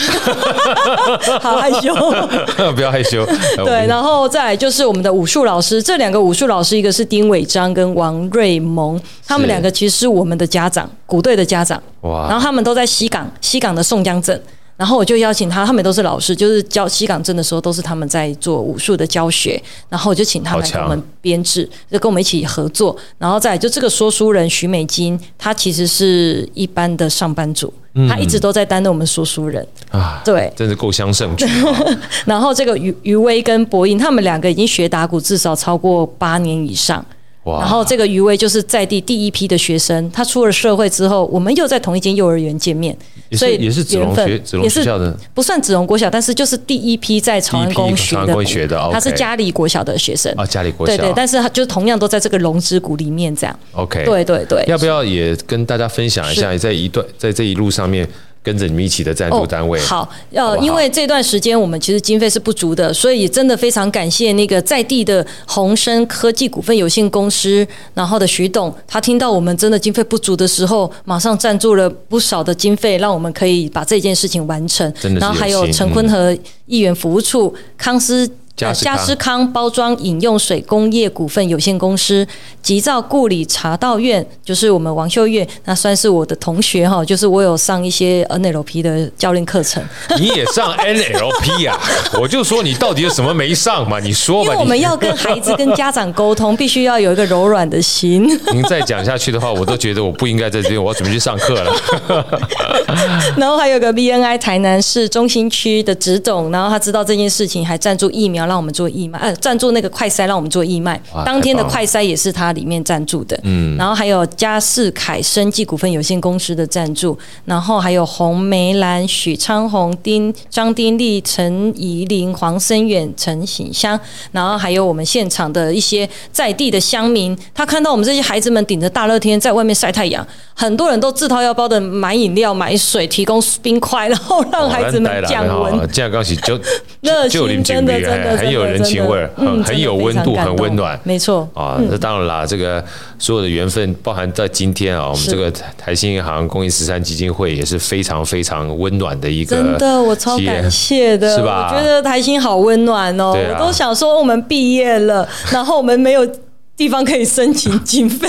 Speaker 3: 好害羞。
Speaker 2: 不要害羞。
Speaker 3: 嗯 对，然后再来就是我们的武术老师，这两个武术老师，一个是丁伟章跟王瑞萌，他们两个其实是我们的家长，鼓队的家长，然
Speaker 2: 哇
Speaker 3: 后，他们都在西港，西港的宋江镇。然后我就邀请他，他们都是老师，就是教西港镇的时候，都是他们在做武术的教学。然后我就请他们
Speaker 2: 好
Speaker 3: 来跟
Speaker 2: 强
Speaker 3: 我们编制，就跟我们一起合作。然后再来就这个说书人徐美金，她其实是一般的上班族，
Speaker 2: 嗯
Speaker 3: 她一直都在担任我们说书人。
Speaker 2: 啊，
Speaker 3: 对，
Speaker 2: 真是够相胜 举。
Speaker 3: 然后这个余余威跟博英，他们两个已经学打鼓至少超过八年以上。
Speaker 2: 哇
Speaker 3: 然后这个余威就是在地第一批的学生，他出了社会之后，我们又在同一间幼儿园见面，
Speaker 2: 也
Speaker 3: 所以
Speaker 2: 是也是子龙
Speaker 3: 缘分
Speaker 2: 学子龙
Speaker 3: 也
Speaker 2: 学
Speaker 3: 是
Speaker 2: 校的，
Speaker 3: 不算子龙国小，但是就是第一批在长
Speaker 2: 第一
Speaker 3: 安
Speaker 2: 批
Speaker 3: 宫学
Speaker 2: 长安
Speaker 3: 的
Speaker 2: 宫
Speaker 3: 鼓，
Speaker 2: 学的
Speaker 3: 他是
Speaker 2: OK
Speaker 3: 嘉里国小的学生
Speaker 2: 啊嘉里国
Speaker 3: 对
Speaker 2: 小
Speaker 3: 对，但是他就是同样都在这个龙之谷里面这样，
Speaker 2: OK，
Speaker 3: 对对对，
Speaker 2: 要不要也跟大家分享一下，在一段在这一路上面跟着你们一起的赞助单位？
Speaker 3: 哦、好，
Speaker 2: 好
Speaker 3: 呃
Speaker 2: 不，好
Speaker 3: 因为这段时间我们其实经费是不足的，所以真的非常感谢那个在地的宏生科技股份有限公司，然后的徐董，他听到我们真的经费不足的时候，马上赞助了不少的经费，让我们可以把这件事情完成
Speaker 2: 真的。是
Speaker 3: 然后还
Speaker 2: 有
Speaker 3: 有
Speaker 2: 心
Speaker 3: 陈坤和议员服务处、康斯。
Speaker 2: 嘉
Speaker 3: 呃
Speaker 2: 士
Speaker 3: 嘉
Speaker 2: 康
Speaker 3: 士康包装饮用水工业股份有限公司，吉兆故里茶道院，就是我们王秀月，那算是我的同学哈，就是我有上一些 NLP 的教练课程，
Speaker 2: 你也上 NLP 啊？ 我就说你到底有什么没上嘛？你说
Speaker 3: 因
Speaker 2: 吧。
Speaker 3: 为我
Speaker 2: 你
Speaker 3: 们要跟孩子、跟家长沟通，必须要有一个柔软的心。
Speaker 2: 您再讲下去的话，我都觉得我不应该在这边，我要准备去上 课了。
Speaker 3: 然后还有个 BNI 台南市中心区的直董，然后他知道这件事情，还赞助疫苗让我们做义卖，呃，赞助那个快筛让我们做义卖
Speaker 2: 哇，
Speaker 3: 当天的
Speaker 2: 太棒了
Speaker 3: 快筛也是他里面赞助的。嗯，然后还有嘉士凯生技股份有限公司的赞助，然后还有洪梅兰、许昌宏、丁张丁立、陈怡玲、黄生远、陈醒香，然后还有我们现场的一些在地的乡民，他看到我们这些孩子们顶着大热天在外面晒太阳，很多人都自掏腰包的买饮料、买水，提供冰块，然后让孩子们降温。
Speaker 2: 这样恭喜就
Speaker 3: 热
Speaker 2: 就
Speaker 3: 情
Speaker 2: 领
Speaker 3: 真
Speaker 2: 情
Speaker 3: 的
Speaker 2: 侣，
Speaker 3: 真的嗯
Speaker 2: 很哎有人情味儿，很很有温度，很温暖。
Speaker 3: 没错，
Speaker 2: 啊，那当然啦，这个所有的缘分，包含在今天啊，我们
Speaker 3: 是
Speaker 2: 这个台新银行公益慈善基金会也是非常非常温暖的一个企业，
Speaker 3: 真的我超感谢的，
Speaker 2: 是吧？
Speaker 3: 我觉得 台新好温暖哦，
Speaker 2: 对啊
Speaker 3: 我都想说我们毕业 了，然后我们没有。地方可以申请 经费，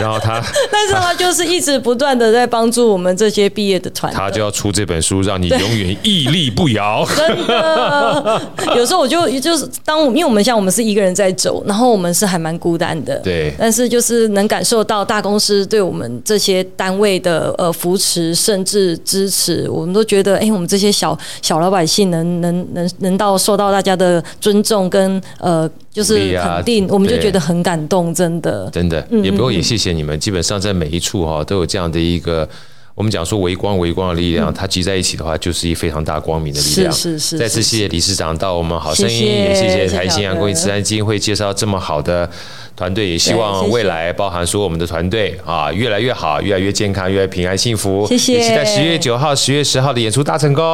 Speaker 2: 然后他
Speaker 3: 但是他就是一直不断的在帮助我们这些毕业的团
Speaker 2: 他就要出这本书，让你永远屹立不摇。
Speaker 3: 真的，有时候我就就是当我因为我们像我们是一个人在走，然后我们是还蛮孤单的，
Speaker 2: 对
Speaker 3: 但是就是能感受到大公司对我们这些单位的呃扶持，甚至支持，我们都觉得，哎、我们这些小小老百姓能能能能到受到大家的尊重跟呃就是
Speaker 2: 鼓励啊
Speaker 3: 肯定，我们就
Speaker 2: 对
Speaker 3: 觉得很感动，真的。
Speaker 2: 真的，也不过也谢谢你们，基本上在每一处哈、都有这样的一个。我们讲说微光微光的力量，它集在一起的话，就是一非常大光明的力量。
Speaker 3: 是是是
Speaker 2: 再次谢谢理事长到我们好声音，
Speaker 3: 谢谢
Speaker 2: 也谢谢
Speaker 3: 谢谢
Speaker 2: 台新
Speaker 3: 小
Speaker 2: 阳
Speaker 3: 哥
Speaker 2: 公益慈善基金会介绍这么好的团队，也希
Speaker 3: 对
Speaker 2: 望
Speaker 3: 谢谢
Speaker 2: 未来包含说我们的团队啊越来越好，越来越健康，越来越平安幸福。
Speaker 3: 谢谢
Speaker 2: 也期待十月九号、十月十号的演出大成功。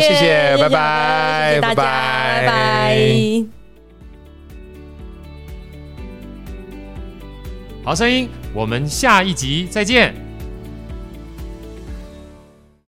Speaker 3: 谢
Speaker 2: 谢，拜
Speaker 3: 谢小哥
Speaker 2: 拜，
Speaker 3: 谢谢大家，拜拜
Speaker 5: 好声音，我们下一集再见。